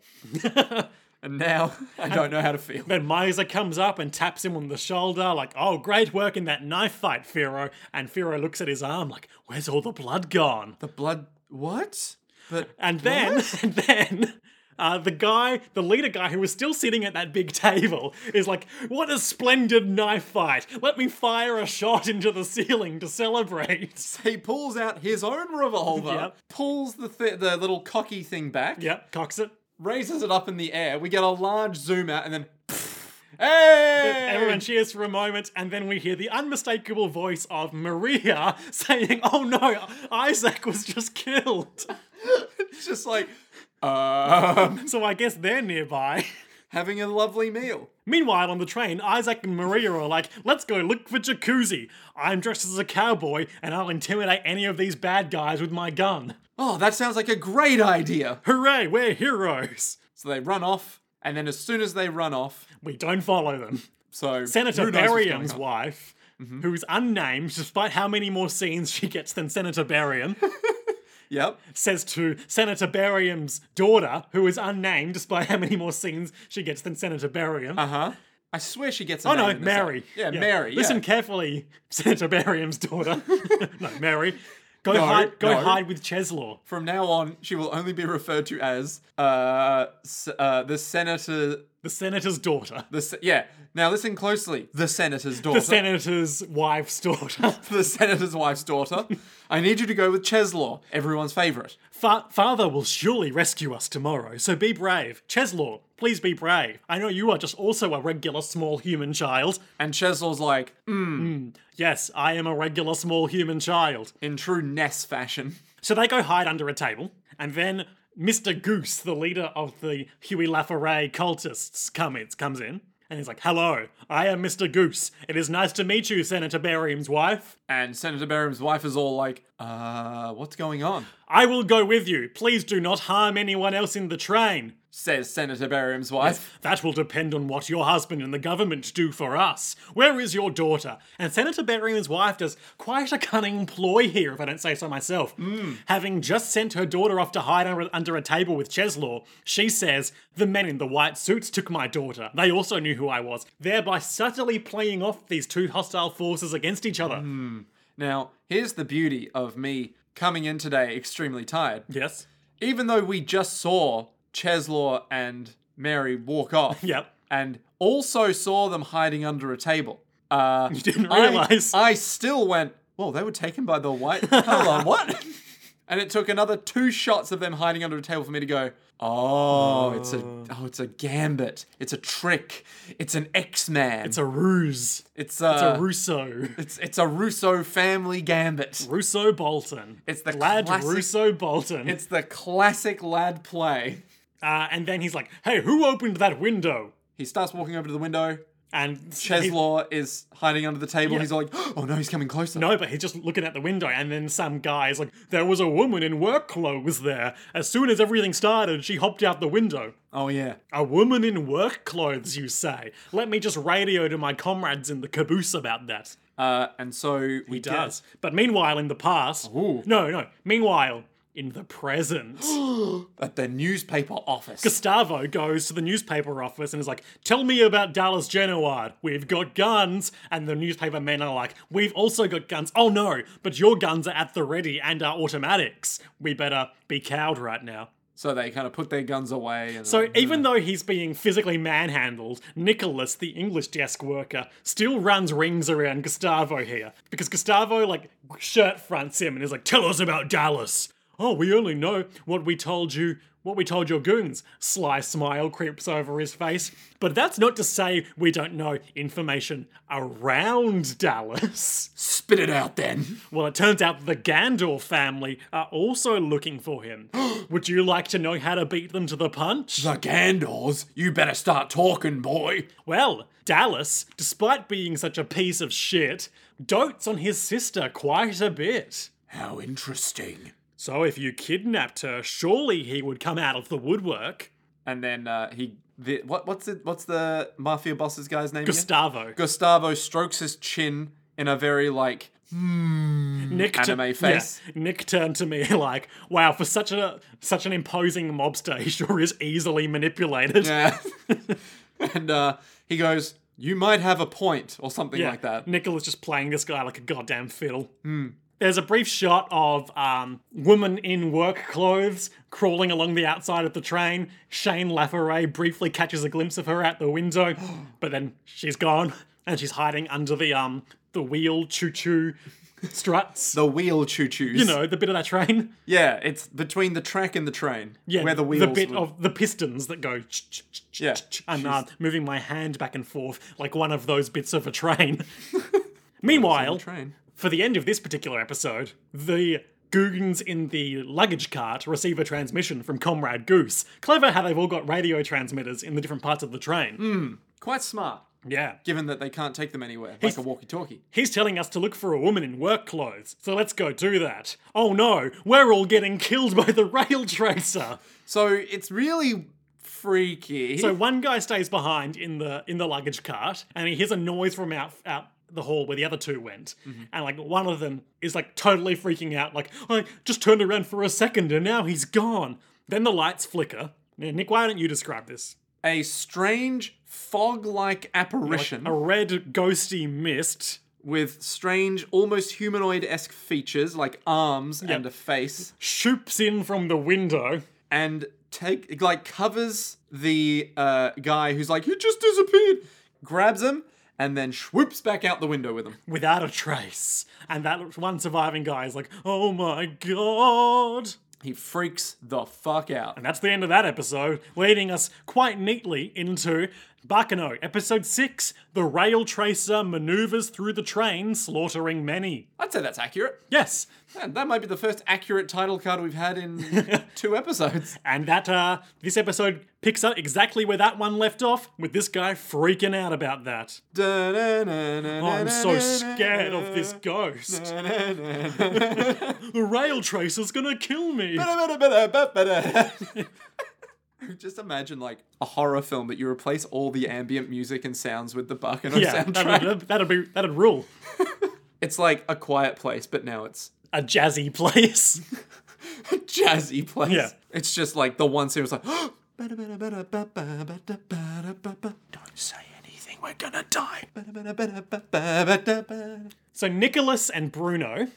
Speaker 2: and now I don't know how to feel.
Speaker 1: Then Miser comes up and taps him on the shoulder, like, oh, great work in that knife fight, Firo. And Firo looks at his arm, like, where's all the blood gone?
Speaker 2: The blood. What? But
Speaker 1: And then, (laughs) and then. Uh, the guy, the leader guy who was still sitting at that big table, is like, What a splendid knife fight! Let me fire a shot into the ceiling to celebrate! (laughs)
Speaker 2: he pulls out his own revolver,
Speaker 1: Yep.
Speaker 2: pulls the th- the little cocky thing back,
Speaker 1: Yep, cocks it.
Speaker 2: raises it up in the air. We get a large zoom out, and then. (laughs) hey!
Speaker 1: Everyone cheers for a moment, and then we hear the unmistakable voice of Maria (laughs) saying, Oh no, Isaac was just killed!
Speaker 2: It's just like, um,
Speaker 1: So I guess they're nearby. (laughs)
Speaker 2: having a lovely meal.
Speaker 1: Meanwhile, on the train, Isaac and Maria are like, let's go look for Jacuzzi. I'm dressed as a cowboy, and I'll intimidate any of these bad guys with my gun. (laughs)
Speaker 2: Oh, that sounds like a great idea.
Speaker 1: Hooray, we're heroes.
Speaker 2: So they run off, and then as soon as they run off,
Speaker 1: We don't follow
Speaker 2: (laughs)
Speaker 1: them.
Speaker 2: so
Speaker 1: Senator
Speaker 2: who knows what's going
Speaker 1: Berriam's
Speaker 2: on? Mm-hmm.
Speaker 1: wife, who's unnamed despite how many more scenes she gets than Senator
Speaker 2: (laughs)
Speaker 1: Berriam,
Speaker 2: Yep.
Speaker 1: says to Senator Berriam's daughter, who is unnamed despite how many more scenes she gets than Senator Berriam.
Speaker 2: Uh huh. I swear she gets. A
Speaker 1: Oh
Speaker 2: name
Speaker 1: no,
Speaker 2: in this
Speaker 1: Mary.
Speaker 2: episode. Yeah, Mary. yeah.
Speaker 1: Listen carefully, (laughs) Senator Berriam's
Speaker 2: (laughs)
Speaker 1: daughter. no, Mary. Go
Speaker 2: No,
Speaker 1: hide. Go
Speaker 2: no.
Speaker 1: hide with Cheslaw.
Speaker 2: From now on, she will only be referred to as uh, s- uh the senator.
Speaker 1: The senator's daughter.
Speaker 2: The se- yeah. Now listen closely. The senator's daughter.
Speaker 1: The senator's wife's daughter.
Speaker 2: (laughs) the senator's wife's daughter. I need you to go with Cheslaw, everyone's favorite.
Speaker 1: Fa- Father will surely rescue us tomorrow, so be brave, Cheslaw. Please be brave. I know you are just also a regular small human child.
Speaker 2: And Cheslaw's like, "Mm,"
Speaker 1: Yes, I am a regular small human child.
Speaker 2: in true Ness fashion.
Speaker 1: So they go hide under a table, and then Mr. Goose, the leader of the Huey Laferay cultists, comes comes in, and he's like, "Hello, I am Mr. Goose. It is nice to meet you, Senator Berriam's wife.
Speaker 2: And Senator Berriam's wife is all like, uh, what's going on?
Speaker 1: I will go with you. Please do not harm anyone else in the train.
Speaker 2: Says Senator Berriam's wife.
Speaker 1: That will depend on what your husband and the government do for us. Where is your daughter? And Senator Berriam's wife does quite a cunning ploy here, if I don't say so myself.
Speaker 2: Hmm.
Speaker 1: Having just sent her daughter off to hide under, under a table with Cheslaw, she says, The men in the white suits took my daughter. They also knew who I was, thereby subtly playing off these two hostile forces against each other.
Speaker 2: Hmm. Now, here's the beauty of me coming in today extremely tired.
Speaker 1: Yes?
Speaker 2: Even though we just saw Cheslaw and Mary walk (laughs) off.
Speaker 1: Yep.
Speaker 2: And also saw them hiding under a table. Uh, (laughs) you
Speaker 1: didn't realise.
Speaker 2: I, still went, well, they were taken by the (laughs) white. Hold on, what? (laughs) And it took another two shots of them hiding under a table for me to go, oh, it's a oh, it's a gambit. It's a trick. It's an X-Man.
Speaker 1: It's a ruse.
Speaker 2: It's a, it's
Speaker 1: A Russo.
Speaker 2: it's, a Russo family gambit.
Speaker 1: Russo Bolton.
Speaker 2: It's the
Speaker 1: Lad
Speaker 2: classic-
Speaker 1: Russo Bolton.
Speaker 2: It's the classic lad play.
Speaker 1: Uh, and then he's like, "Hey, who opened that window?"
Speaker 2: He starts walking over to the window.
Speaker 1: And he-
Speaker 2: Cheslaw is hiding under the table. He's like, (gasps) oh no, he's coming closer.
Speaker 1: no, but he's just looking at the window. And then some guy is like, "There was a woman in work clothes there. As soon as everything started, she hopped out the window."
Speaker 2: Oh yeah.
Speaker 1: A woman in work clothes, you say? Let me just radio to my comrades in the caboose about that.
Speaker 2: Uh, and so we
Speaker 1: He does. But meanwhile, in the past.
Speaker 2: Ooh.
Speaker 1: No, no. Meanwhile, in the present,
Speaker 2: at the newspaper office.
Speaker 1: Gustavo goes to the newspaper office and is like, Tell me about Dallas Genoward. We've got guns. And the newspaper men are like, We've also got guns. Oh no, but your guns are at the ready and are automatics. We better be cowed right now.
Speaker 2: So they kind of put their guns away. And
Speaker 1: So even though he's being physically manhandled, Nicholas, the English desk worker, still runs rings around Gustavo here because Gustavo like shirt fronts him and is like, "Tell us about Dallas." Oh, we only know what we told you. What we told your goons. Sly smile creeps over his face. But that's not to say we don't know information around Dallas. (laughs)
Speaker 2: spit it out then.
Speaker 1: Well, it turns out the Gandor family are also looking for him. (gasps) Would you like to know how to beat them to the punch?
Speaker 2: The Gandors, you better start talking, boy.
Speaker 1: Well, Dallas, despite being such a piece of shit, dotes on his sister quite a bit.
Speaker 2: How interesting.
Speaker 1: So if you kidnapped her, surely he would come out of the woodwork.
Speaker 2: And then uh, he, the, what, what's it? What's the mafia boss's guy's name? again?
Speaker 1: Gustavo.
Speaker 2: Gustavo strokes his chin in a very like hmm.
Speaker 1: Nick tu-
Speaker 2: anime face.
Speaker 1: yeah, Nick turned to me (laughs) like, "Wow, for such a such an imposing mobster, he sure is easily manipulated."
Speaker 2: Yeah. (laughs) and uh, he goes, You might have a point, or something like that. Hmm.
Speaker 1: Nichola's just playing this guy like a goddamn fiddle. There's a brief shot of um, woman in work clothes crawling along the outside of the train. Shane Laferre briefly catches a glimpse of her out the window,
Speaker 2: (gasps)
Speaker 1: but then she's gone and she's hiding under the um the wheel choo choo struts.
Speaker 2: The wheel choo choos.
Speaker 1: You know the bit of that train,
Speaker 2: Yeah, it's between the track and the train.
Speaker 1: yeah,
Speaker 2: Where the wheels.
Speaker 1: the bit
Speaker 2: would-
Speaker 1: of the pistons that go. ch- ch- ch- ch-
Speaker 2: Yeah,
Speaker 1: ch- ch- I'm uh, moving my hand back and forth like one of those bits of a train. (laughs) Meanwhile,
Speaker 2: train.
Speaker 1: For the end of this particular episode, the Goons in the luggage cart receive a transmission from Comrade Goose. Clever how they've all got radio transmitters in the different parts of the train.
Speaker 2: Quite smart,
Speaker 1: Yeah.
Speaker 2: given that they can't take them anywhere, like a walkie talkie.
Speaker 1: He's telling us to look for a woman in work clothes, so let's go do that. Oh no, we're all getting killed by the rail tracer.
Speaker 2: So it's really freaky.
Speaker 1: So one guy stays behind in the in the luggage cart, and he hears a noise from out out the hall where the other two went, and like one of them is like totally freaking out, like I just turned around for a second and now he's gone. Then the lights flicker. Now, Nick, why don't you describe this?
Speaker 2: a strange fog like apparition
Speaker 1: A red ghosty mist
Speaker 2: with strange, almost humanoid esque features like arms and a face.
Speaker 1: shoops in from the window.
Speaker 2: and take like covers the uh, guy who's like, "You just disappeared," grabs him, and then swoops back out the window with him.
Speaker 1: Without a trace. And that one surviving guy is like, oh my god.
Speaker 2: He freaks the fuck out.
Speaker 1: And that's the end of that episode, leading us quite neatly into Bakano, episode 6 The Rail Tracer Maneuvers Through the Train, Slaughtering Many.
Speaker 2: I'd say that's accurate.
Speaker 1: Yes,
Speaker 2: Man, that might be the first accurate title card we've
Speaker 1: (laughs)
Speaker 2: had in two episodes.
Speaker 1: and that, uh, this episode picks up exactly where that one left off, with this guy freaking out about that.
Speaker 2: Oh,
Speaker 1: I'm so scared of this ghost. (laughs) The rail tracer's gonna kill me.
Speaker 2: (laughs) uh, Just imagine like a horror film, but you replace all the ambient music and sounds with the Buckano
Speaker 1: Yeah,
Speaker 2: soundtrack.
Speaker 1: that'd, that'd be, that'd rule.
Speaker 2: It's like a quiet place, but now it's
Speaker 1: A jazzy place.
Speaker 2: jazzy place.
Speaker 1: Yeah.
Speaker 2: It's just like the one
Speaker 1: (gasps)
Speaker 2: scene was like, (gasps) don't say anything, we're gonna die.
Speaker 1: So Nicholas and Bruno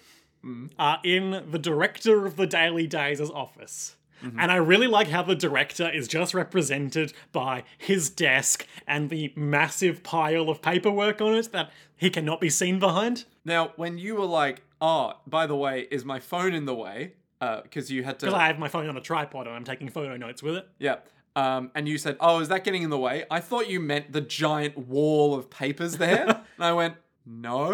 Speaker 1: are in the director of the Daily Days' office. And I really like how the director is just represented by his desk and the massive pile of paperwork on it that he cannot be seen behind.
Speaker 2: Now, when you were like, oh, by the way, is my phone in the way? Because you had to.
Speaker 1: I have my phone on a tripod and I'm taking photo notes with it.
Speaker 2: yeah. Um, and you said, oh, is that getting in the way? I thought you meant the giant wall of papers there. and I went, no.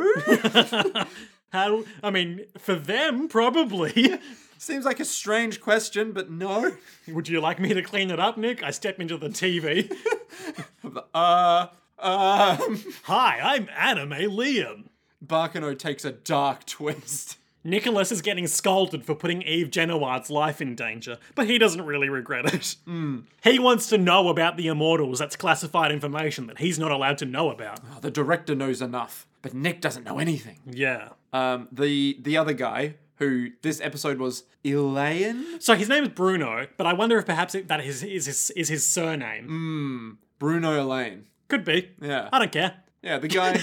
Speaker 1: (laughs) How, I mean, for them, probably. (laughs)
Speaker 2: Seems like a strange question, but no.
Speaker 1: Would you like me to clean it up, Nick? I step into the TV.
Speaker 2: Uh, um. (laughs)
Speaker 1: Hi, I'm Anime Liam.
Speaker 2: Barkano takes a dark twist.
Speaker 1: Nicholas is getting scolded for putting Eve Genoard's life in danger, but he doesn't really regret it.
Speaker 2: Hmm.
Speaker 1: He wants to know about the immortals. That's classified information that he's not allowed to know about.
Speaker 2: Oh, the director knows enough, but Nick doesn't know anything.
Speaker 1: Yeah.
Speaker 2: Um, the the other guy who this episode was Elaine
Speaker 1: So his name is Bruno, but I wonder if perhaps it, that is, is, his, is his surname.
Speaker 2: Bruno Elaine.
Speaker 1: Could be.
Speaker 2: Hmm. Yeah,
Speaker 1: I don't care.
Speaker 2: yeah. The guy,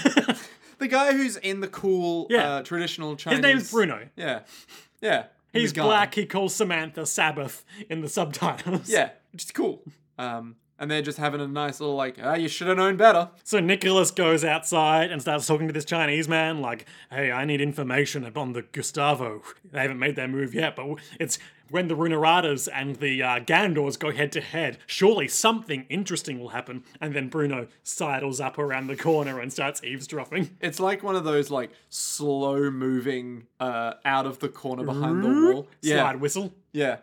Speaker 2: the guy who's in the cool
Speaker 1: Yeah.
Speaker 2: uh, traditional Chinese.
Speaker 1: His name's Bruno.
Speaker 2: Yeah, yeah. The
Speaker 1: He's
Speaker 2: guy.
Speaker 1: black. He calls Samantha Sabbath in the subtitles.
Speaker 2: Yeah, which is cool. Um, and they're just having a nice little like, ah, you should have known better.
Speaker 1: So Nicholas goes outside and starts talking to this Chinese man, like, "Hey, I need information upon the Gustavo. They haven't made their move yet, but it's when the Runaradas and the uh, Gandors go head to head. Surely something interesting will happen." And then Bruno sidles up around the corner and starts eavesdropping.
Speaker 2: It's like one of those like slow moving uh out of the corner behind the wall. Yeah.
Speaker 1: Slide whistle.
Speaker 2: Yeah.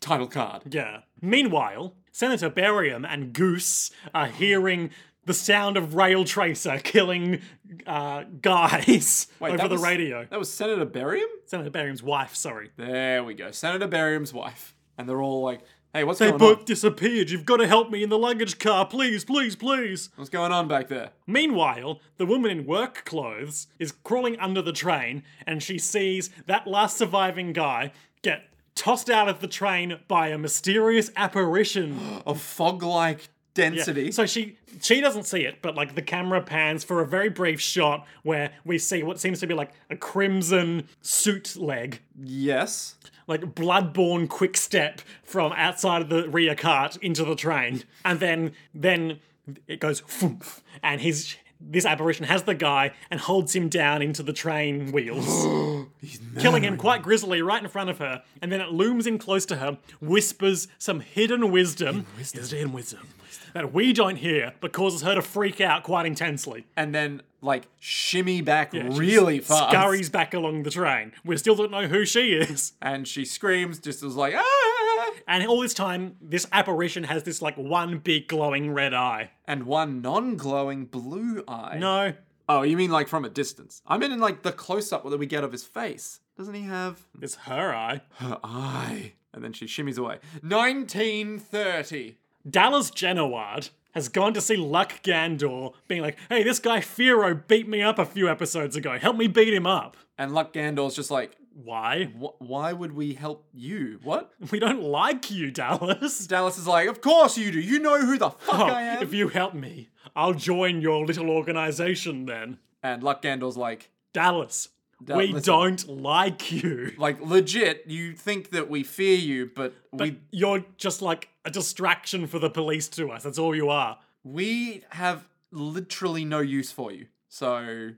Speaker 2: Title card.
Speaker 1: Yeah. Meanwhile, Senator Barium and Goose are hearing the sound of Rail Tracer killing uh, guys (laughs) over
Speaker 2: that
Speaker 1: the
Speaker 2: was-
Speaker 1: radio.
Speaker 2: That was Senator Barium?
Speaker 1: Senator Barium's wife, sorry.
Speaker 2: There we go. Senator Barium's wife. And they're all like, hey, what's
Speaker 1: They
Speaker 2: going
Speaker 1: both
Speaker 2: on?
Speaker 1: disappeared. You've got to help me in the luggage car, please, please, please.
Speaker 2: What's going on back there?
Speaker 1: Meanwhile, the woman in work clothes is crawling under the train and she sees that last surviving guy get tossed out of the train by a mysterious apparition.
Speaker 2: A fog like density.
Speaker 1: So she she doesn't see it, but like the camera pans for a very brief shot where we see what seems to be like a crimson suit leg,
Speaker 2: yes.
Speaker 1: like bloodborne quick step from outside of the rear cart into the train, and then then it goes foomph, and he's this apparition has the guy and holds him down into the train wheels killing him quite grizzly right in front of her, and then it looms in close to her, whispers some hidden wisdom, hidden wisdom, that we don't hear, but causes her to freak out quite intensely.
Speaker 2: And then like shimmy back really fast.
Speaker 1: Scurries back along the train. We still don't know who she is.
Speaker 2: And she screams, just as like, ah!
Speaker 1: And all this time, this apparition has this like one big glowing red eye.
Speaker 2: And one non glowing blue eye.
Speaker 1: No,
Speaker 2: Oh, you mean like from a distance? I mean in like the close up that we get of his face. Doesn't he have
Speaker 1: it's her eye.
Speaker 2: her eye? And then she shimmies away. 1930.
Speaker 1: Dallas Genoward has gone to see Luck Gandor, being like, hey, this guy Firo beat me up a few episodes ago. Help me beat him up.
Speaker 2: And Luck Gandor's just like,
Speaker 1: Why? (laughs)
Speaker 2: "Wh- why would we help you? What?
Speaker 1: We don't like you, Dallas.
Speaker 2: Dallas is like, of course you do. You know who the fuck
Speaker 1: Oh,
Speaker 2: I am.
Speaker 1: if you help me, I'll join your little organization then.
Speaker 2: and Luck Gandor's like,
Speaker 1: Dallas, we
Speaker 2: listen.
Speaker 1: don't like you.
Speaker 2: like legit, you think that we fear you, but, we
Speaker 1: You're just like a distraction for the police to us. That's all you are.
Speaker 2: we have literally no use for you. So,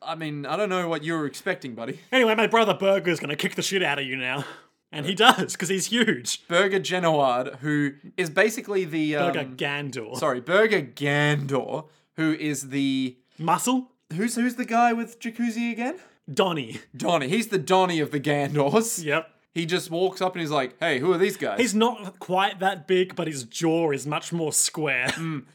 Speaker 2: I mean, I don't know what you were expecting, buddy.
Speaker 1: Anyway, my brother Burger's gonna kick the shit out of you now. And he does, because he's huge.
Speaker 2: Burger Genoard, who is basically the um,
Speaker 1: Like a Gandor.
Speaker 2: sorry, Burger Gandor, who is the
Speaker 1: Muscle?
Speaker 2: who's who's the guy with jacuzzi again?
Speaker 1: Donnie.
Speaker 2: Donnie. He's the Donnie of the Gandors.
Speaker 1: Yep.
Speaker 2: He just walks up and he's like, "Hey, who are these guys?"
Speaker 1: He's not quite that big, but his jaw is much more square.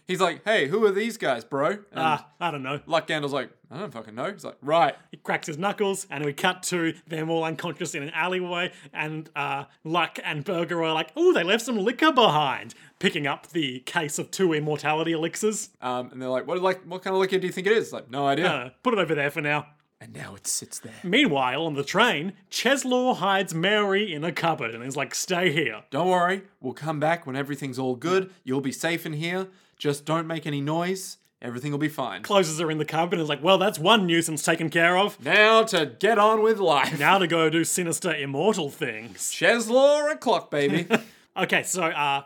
Speaker 2: He's like, "Hey, who are these guys, bro?" And
Speaker 1: Ah, I don't know.
Speaker 2: Luck Gandor's like, "I don't fucking know." He's like, "Right."
Speaker 1: He cracks his knuckles, and we cut to them all unconscious in an alleyway. And uh, Luck and Burger are like, "Oh, they left some liquor behind," picking up the case of two immortality elixirs.
Speaker 2: Um, and they're like, "What like what kind of liquor do you think it is?" It's like, "No idea."
Speaker 1: Uh, put it over there for now.
Speaker 2: and now it sits there.
Speaker 1: Meanwhile, on the train, Cheslaw hides Mary in a cupboard and is like, "Stay here."
Speaker 2: Don't worry, we'll come back when everything's all good. You'll be safe in here. Just don't make any noise. Everything will be fine.
Speaker 1: Closes her in the cupboard and is like, "Well, that's one nuisance taken care of.
Speaker 2: Now to get on with life.
Speaker 1: Now to go do sinister immortal things."
Speaker 2: Cheslaw
Speaker 1: (laughs)
Speaker 2: o'clock, baby.
Speaker 1: Okay, so uh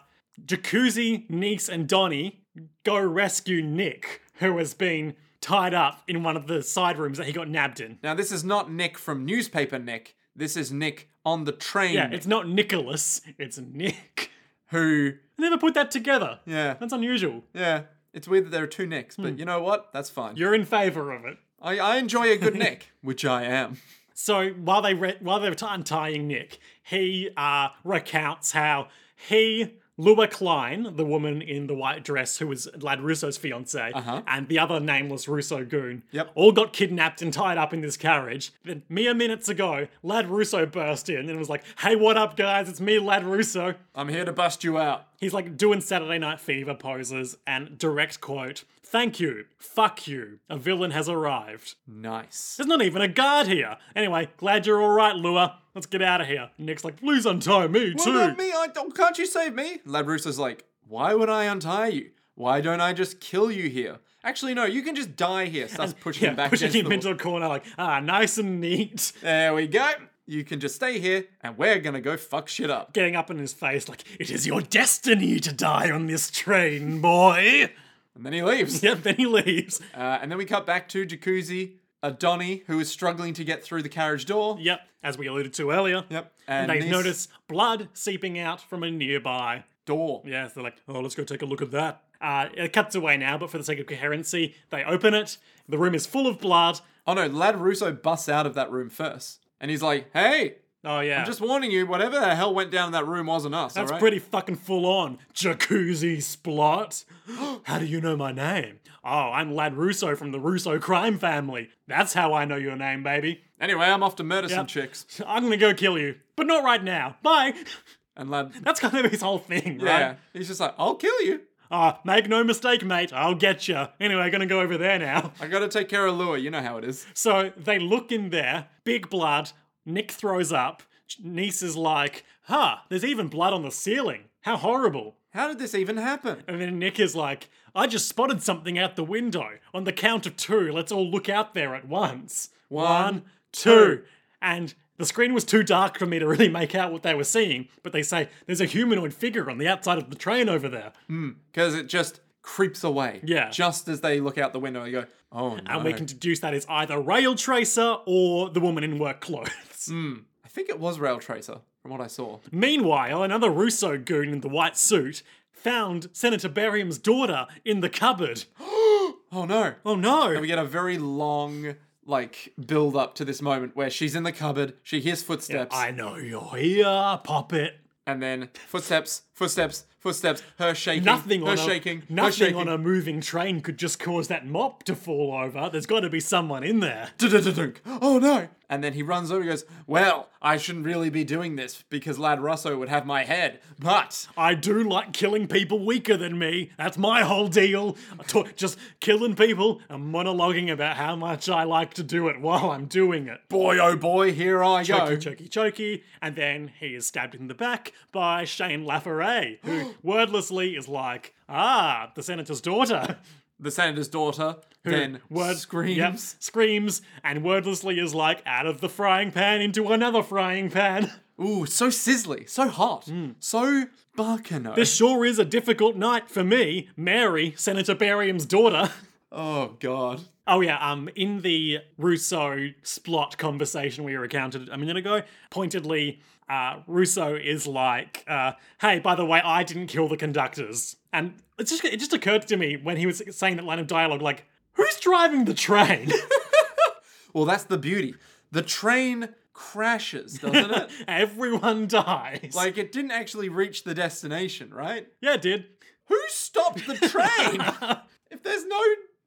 Speaker 1: Jacuzzi, Niece, and Donnie go rescue Nick, who has been tied up in one of the side rooms that he got nabbed in.
Speaker 2: now, this is not Nick from Newspaper Nick. This is Nick on the train
Speaker 1: Yeah, it's not Nicholas, it's Nick. (laughs)
Speaker 2: who.
Speaker 1: I never put that together.
Speaker 2: Yeah,
Speaker 1: That's unusual.
Speaker 2: yeah. It's weird that there are two Nicks,
Speaker 1: Hmm.
Speaker 2: but you know what? That's fine.
Speaker 1: You're in favor of it.
Speaker 2: I, I enjoy a good Nick, (laughs) which I am.
Speaker 1: So while they re- while they're t- untying Nick, he uh, recounts how he Lua Klein, the woman in the white dress who was Lad Russo's fiance, and the other nameless Russo goon,
Speaker 2: Yep.
Speaker 1: all got kidnapped and tied up in this carriage. Then, mere minutes ago, Lad Russo burst in and was like, Hey, what up, guys? It's me, Lad Russo.
Speaker 2: I'm here to bust you out.
Speaker 1: He's like doing Saturday Night Fever poses and direct quote, Thank you, fuck you, a villain has arrived.
Speaker 2: Nice.
Speaker 1: There's not even a guard here. Anyway, glad you're alright, Lua. Let's get out of here. Nick's like, Please untie me too.
Speaker 2: Well, not me. I don't, can't you save me? Labrusa's like, why would I untie you? Why don't I just kill you here? Actually, no, you can just die
Speaker 1: (laughs)
Speaker 2: here. Starts pushing
Speaker 1: yeah,
Speaker 2: him back
Speaker 1: pushing
Speaker 2: against
Speaker 1: him
Speaker 2: the
Speaker 1: into a corner, like, ah, nice and neat. (laughs)
Speaker 2: wall. There we go. You can just stay here, and we're gonna go fuck shit up.
Speaker 1: Getting up in his face, like, it is your destiny to die on this train, boy. (laughs)
Speaker 2: And then he leaves.
Speaker 1: Yeah, then he leaves.
Speaker 2: Uh, and then we cut back to Jacuzzi, a Donnie who is struggling to get through the carriage door.
Speaker 1: Yep, as we alluded to earlier.
Speaker 2: Yep.
Speaker 1: And,
Speaker 2: And,
Speaker 1: they
Speaker 2: this
Speaker 1: notice blood seeping out from a nearby
Speaker 2: door.
Speaker 1: Yeah, so they're like, oh, let's go take a look at that. Uh, it cuts away now, but for the sake of coherency, they open it. The room is full of blood.
Speaker 2: Oh no, Lad Russo busts out of that room first, and he's like, "Hey,
Speaker 1: Oh yeah,
Speaker 2: just warning you, whatever the hell went down in that room wasn't us."
Speaker 1: that's
Speaker 2: all right?
Speaker 1: pretty fucking full on. Jacuzzi splot. (gasps) how do you know my name? Oh, I'm Lad Russo from the Russo crime family. That's how I know your name, baby. (laughs)
Speaker 2: Anyway, I'm off to murder some
Speaker 1: Yep.
Speaker 2: chicks.
Speaker 1: I'm gonna go kill you, but not right now. Bye. (laughs)
Speaker 2: And Lad,
Speaker 1: That's kind of his whole thing,
Speaker 2: yeah,
Speaker 1: right?
Speaker 2: he's just like, "I'll kill you.
Speaker 1: Ah, make no mistake, mate. I'll get you. Anyway, gonna go over there now. (laughs)
Speaker 2: I gotta take care of Lua. You know how it is."
Speaker 1: So they look in there, big blood. Nick throws up. Niece is like, huh, there's even blood on the ceiling. How horrible.
Speaker 2: How did this even happen?
Speaker 1: And then Nick is like, I just spotted something out the window. On the count of two, let's all look out there at once. One, two. And the screen was too dark for me to really make out what they were seeing, but they say there's a humanoid figure on the outside of the train over there.
Speaker 2: Because it just creeps away.
Speaker 1: Yeah.
Speaker 2: Just as they look out the window, they go, "Oh no."
Speaker 1: And we can deduce that is either Rail Tracer or the woman in work clothes.
Speaker 2: I think it was Rail Tracer from what I saw.
Speaker 1: Meanwhile, another Russo goon in the white suit found Senator Barium's daughter in the cupboard.
Speaker 2: Oh no.
Speaker 1: Oh no!
Speaker 2: We get a very long like build up to this moment where she's in the cupboard, she hears footsteps.
Speaker 1: I know you're here, poppet.
Speaker 2: And then footsteps, footsteps, footsteps, her shaking,
Speaker 1: Nothing
Speaker 2: her
Speaker 1: on
Speaker 2: shaking,
Speaker 1: a nothing
Speaker 2: her shaking.
Speaker 1: on a moving train could just cause that mop to fall over. There's got to be someone in
Speaker 2: (laughs)
Speaker 1: there.
Speaker 2: Du-du-du-dunk. Oh no! And then he runs over and goes, Well, I shouldn't really be doing this because Lad Russo would have my head. But
Speaker 1: I do like killing people weaker than me. That's my whole deal. I talk- Just killing people and monologuing about how much I like to do it while I'm doing it.
Speaker 2: boy oh boy, here I
Speaker 1: Chokey,
Speaker 2: go.
Speaker 1: chokey, chokey, and then he is stabbed in the back by Shane Laferre, who (gasps) wordlessly is like, "Ah, the senator's daughter." (laughs)
Speaker 2: The senator's daughter then
Speaker 1: Word
Speaker 2: screams.
Speaker 1: yep, screams, and wordlessly is like, "Out of the frying pan into another frying pan." (laughs)
Speaker 2: Ooh, so sizzly, so hot, so Barkano.
Speaker 1: Hmm. This sure is a difficult night for me, Mary, Senator Barium's daughter. (laughs)
Speaker 2: oh god.
Speaker 1: Oh yeah, um, in the Russo splot conversation we recounted a minute ago, pointedly, uh, Russo is like, uh, "Hey, by the way, I didn't kill the conductors," and it just it just occurred to me when he was saying that line of dialogue, like, "Who's driving the
Speaker 2: (laughs)
Speaker 1: train?"
Speaker 2: Well, that's the beauty. The train crashes, doesn't it?
Speaker 1: (laughs) Everyone dies.
Speaker 2: like it didn't actually reach the destination, right?
Speaker 1: yeah, it did.
Speaker 2: Who stopped the
Speaker 1: (laughs)
Speaker 2: train? if there's no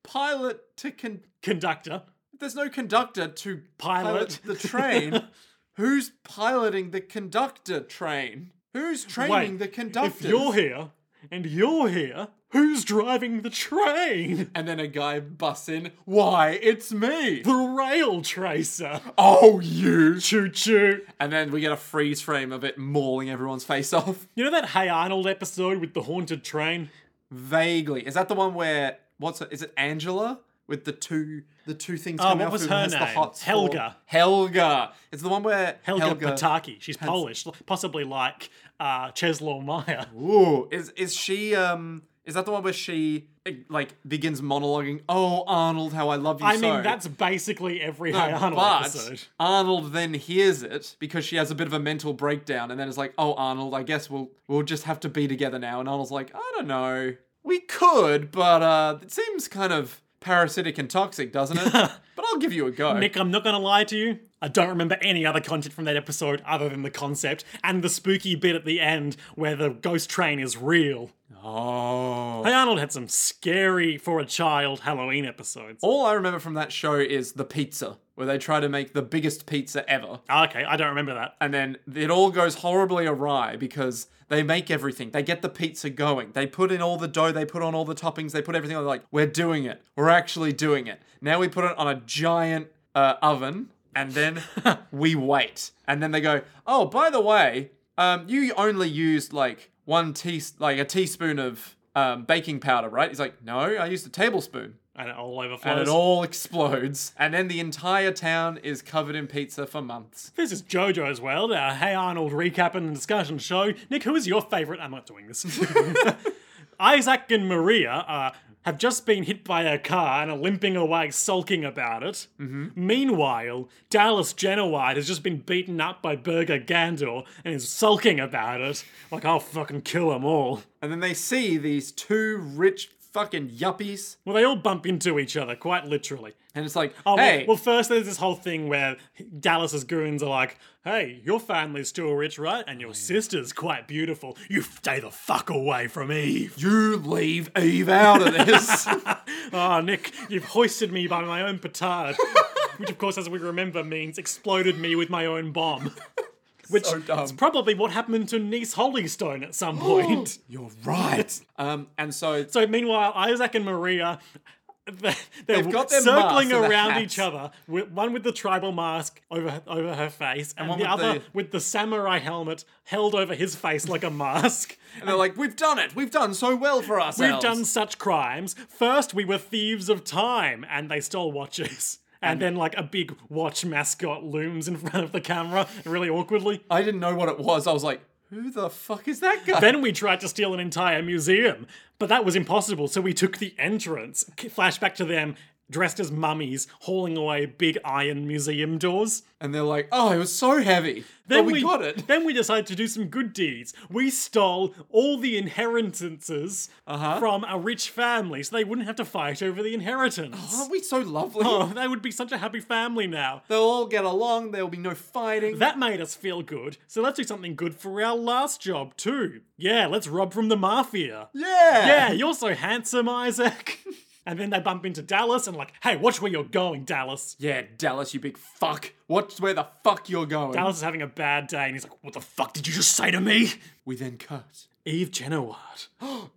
Speaker 2: pilot to con-
Speaker 1: Conductor.
Speaker 2: if there's no conductor to
Speaker 1: Pilot.
Speaker 2: the train,
Speaker 1: (laughs)
Speaker 2: who's piloting the conductor train? Who's training
Speaker 1: Wait,
Speaker 2: the
Speaker 1: If
Speaker 2: conductor?
Speaker 1: you're here and you're here, who's driving the train?
Speaker 2: and then a guy busts in, "Why, it's me!"
Speaker 1: The rail tracer.
Speaker 2: oh, you!
Speaker 1: Choo choo.
Speaker 2: And then we get a freeze frame of it mauling everyone's face (laughs) off.
Speaker 1: You know that Hey Arnold episode with the haunted train?
Speaker 2: Vaguely, is that the one where what's it, is it Angela with the two the two things?
Speaker 1: Oh,
Speaker 2: coming
Speaker 1: what
Speaker 2: off
Speaker 1: was
Speaker 2: who
Speaker 1: her
Speaker 2: has the
Speaker 1: name?
Speaker 2: hot spot?
Speaker 1: Helga.
Speaker 2: Helga. It's the one where
Speaker 1: Helga,
Speaker 2: Helga
Speaker 1: Pataki. She's Polish, possibly like uh, Czesław Meyer.
Speaker 2: Ooh, is is she um is that the one where she like begins monologuing, "Oh Arnold, how I love you
Speaker 1: I
Speaker 2: so."
Speaker 1: mean, that's basically every Hey Arnold
Speaker 2: but
Speaker 1: episode.
Speaker 2: Arnold then hears it because she has a bit of a mental breakdown and then is like, "Oh Arnold, I guess we'll we'll just have to be together now." And Arnold's like, "I don't know. We could, but uh
Speaker 1: (laughs)
Speaker 2: it seems kind of parasitic and toxic, doesn't it? but I'll give you a go."
Speaker 1: Nick, I'm not going to lie to you. I don't remember any other content from that episode other than the concept and the spooky bit at the end where the ghost train is real.
Speaker 2: Oh.
Speaker 1: Hey Arnold had some scary for a child Halloween episodes.
Speaker 2: All I remember from that show is the pizza, where they try to make the biggest pizza ever.
Speaker 1: Okay, I don't remember that.
Speaker 2: and then it all goes horribly awry because they make everything. They get the pizza going. They put in all the dough. They put on all the toppings. They put everything on. They're like, we're doing it. We're actually doing it. Now we put it on a giant uh, oven, and then (laughs) we wait. And then they go, oh, by the way, um, you only used like one tea, like a teaspoon of um, baking powder, right? He's like, no, I used a tablespoon.
Speaker 1: And it all
Speaker 2: And
Speaker 1: overflows.
Speaker 2: it all (laughs) explodes. And then the entire town is covered in pizza for months.
Speaker 1: this is JoJo's World, our Hey Arnold recap and discussion show. Nick, who is your favourite? I'm not
Speaker 2: (laughs)
Speaker 1: doing this. Isaac and Maria uh, have just been hit by a car and are limping away, sulking about it.
Speaker 2: Mm-hmm.
Speaker 1: Meanwhile, Dallas Jenowide has just been beaten up by Burger Gandor and is sulking about it. Like, I'll fucking kill them all.
Speaker 2: And then they see these two rich fucking yuppies,
Speaker 1: Well, they all bump into each other, quite literally.
Speaker 2: and it's like,
Speaker 1: Oh, well-
Speaker 2: hey,
Speaker 1: well, first there's this whole thing where Dallas's goons are like, "Hey, your family's still rich, right? And
Speaker 2: Oh,
Speaker 1: your sister's quite beautiful. You stay the fuck away from
Speaker 2: (laughs)
Speaker 1: Eve."
Speaker 2: you leave Eve out of
Speaker 1: (laughs)
Speaker 2: this.
Speaker 1: Ah, Nick, you've hoisted me by my own
Speaker 2: (laughs)
Speaker 1: petard, which, of course, as we remember, means exploded me with my own
Speaker 2: (laughs)
Speaker 1: bomb. Which
Speaker 2: So dumb.
Speaker 1: is probably what happened to Niece Hollystone at some
Speaker 2: (gasps)
Speaker 1: point. (laughs)
Speaker 2: You're right. Um, and so
Speaker 1: So meanwhile, Isaac and Maria, they're
Speaker 2: They've got their
Speaker 1: circling
Speaker 2: masks and their
Speaker 1: around
Speaker 2: hats.
Speaker 1: each other. with- One with the tribal mask over over her face, and,
Speaker 2: one
Speaker 1: the
Speaker 2: with
Speaker 1: other
Speaker 2: the-
Speaker 1: with the samurai helmet held over his face like a mask.
Speaker 2: and they're like, we've done it. We've done so well for
Speaker 1: We've
Speaker 2: ourselves.
Speaker 1: done such crimes. First, we were thieves of time, and they stole watches. And then, like a big watch mascot looms in front of the camera, really awkwardly.
Speaker 2: I didn't know what it was. I was like, who the fuck is that guy?
Speaker 1: Then we tried to steal an entire museum, but that was impossible, so we took the entrance. K- Flashback to them dressed as mummies hauling away big iron museum doors.
Speaker 2: and they're like, oh, it was so heavy.
Speaker 1: Then
Speaker 2: But we, got it.
Speaker 1: Then we decided to do some good deeds. We stole all the inheritances
Speaker 2: Uh-huh.
Speaker 1: from a rich family so they wouldn't have to fight over the inheritance.
Speaker 2: Aren't we so lovely?
Speaker 1: Oh, they would be such a happy family now.
Speaker 2: They'll all get along. There'll be no fighting.
Speaker 1: That made us feel good, so let's do something good for our last job too. Yeah, let's rob from the mafia.
Speaker 2: yeah.
Speaker 1: Yeah, you're so handsome, Isaac. (laughs) And then they bump into Dallas and like, hey, watch where you're going, Dallas.
Speaker 2: Yeah, Dallas, you big fuck. Watch where the fuck you're going.
Speaker 1: Dallas is having a bad day and he's like, what the fuck did you just say to me?
Speaker 2: we then cut.
Speaker 1: Eve Genoward.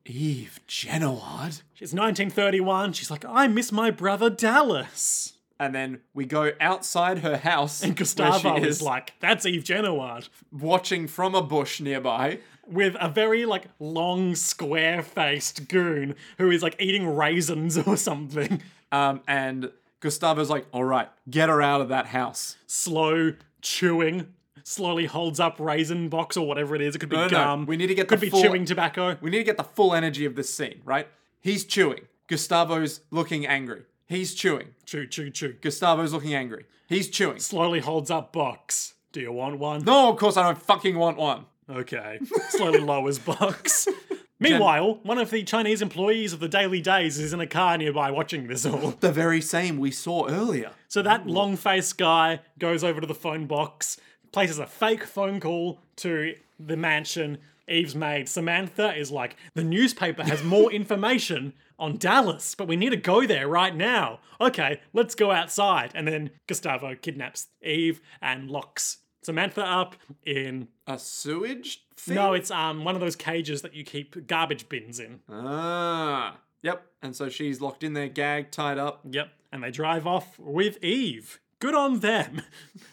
Speaker 2: Eve Genoard.
Speaker 1: It's 1931. She's like, I miss my brother Dallas.
Speaker 2: And then we go outside her
Speaker 1: (laughs)
Speaker 2: house. And
Speaker 1: Gustavo
Speaker 2: where she
Speaker 1: is. like, that's Eve Genoward.
Speaker 2: watching from a bush nearby.
Speaker 1: With a very like long, square faced goon who is like eating raisins (laughs) or something.
Speaker 2: Um, and Gustavo's like, all right, get her out of that house.
Speaker 1: Slow chewing. Slowly holds up raisin box or whatever it is. It could be
Speaker 2: no, no.
Speaker 1: gum.
Speaker 2: We need to get
Speaker 1: could
Speaker 2: the
Speaker 1: be
Speaker 2: full-
Speaker 1: chewing tobacco.
Speaker 2: We need to get the full energy of this scene, right? He's chewing. Gustavo's looking angry. He's chewing.
Speaker 1: Chew, chew, chew.
Speaker 2: Gustavo's looking angry. He's chewing.
Speaker 1: Slowly holds up box. Do you want one?
Speaker 2: No, of course I don't fucking want one.
Speaker 1: Okay. Slowly lowers box. Meanwhile, one of the Chinese employees of the Daily Days is in a car nearby watching this all.
Speaker 2: The very same we saw earlier.
Speaker 1: So that long faced guy goes over to the phone box, places a fake phone call to the mansion. Eve's maid, Samantha, is like, the newspaper has more information on Dallas, but we need to go there right now. Okay, let's go outside. And then Gustavo kidnaps Eve and locks Samantha up in.
Speaker 2: A sewage thing?
Speaker 1: No, it's um one of those cages that you keep garbage bins in.
Speaker 2: Ah. Yep. And so she's locked in there, gagged, tied up.
Speaker 1: Yep. And they drive off with Eve. Good on them.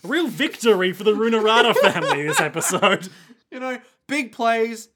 Speaker 1: A real victory for the Runarada family this episode.
Speaker 2: You know, big plays,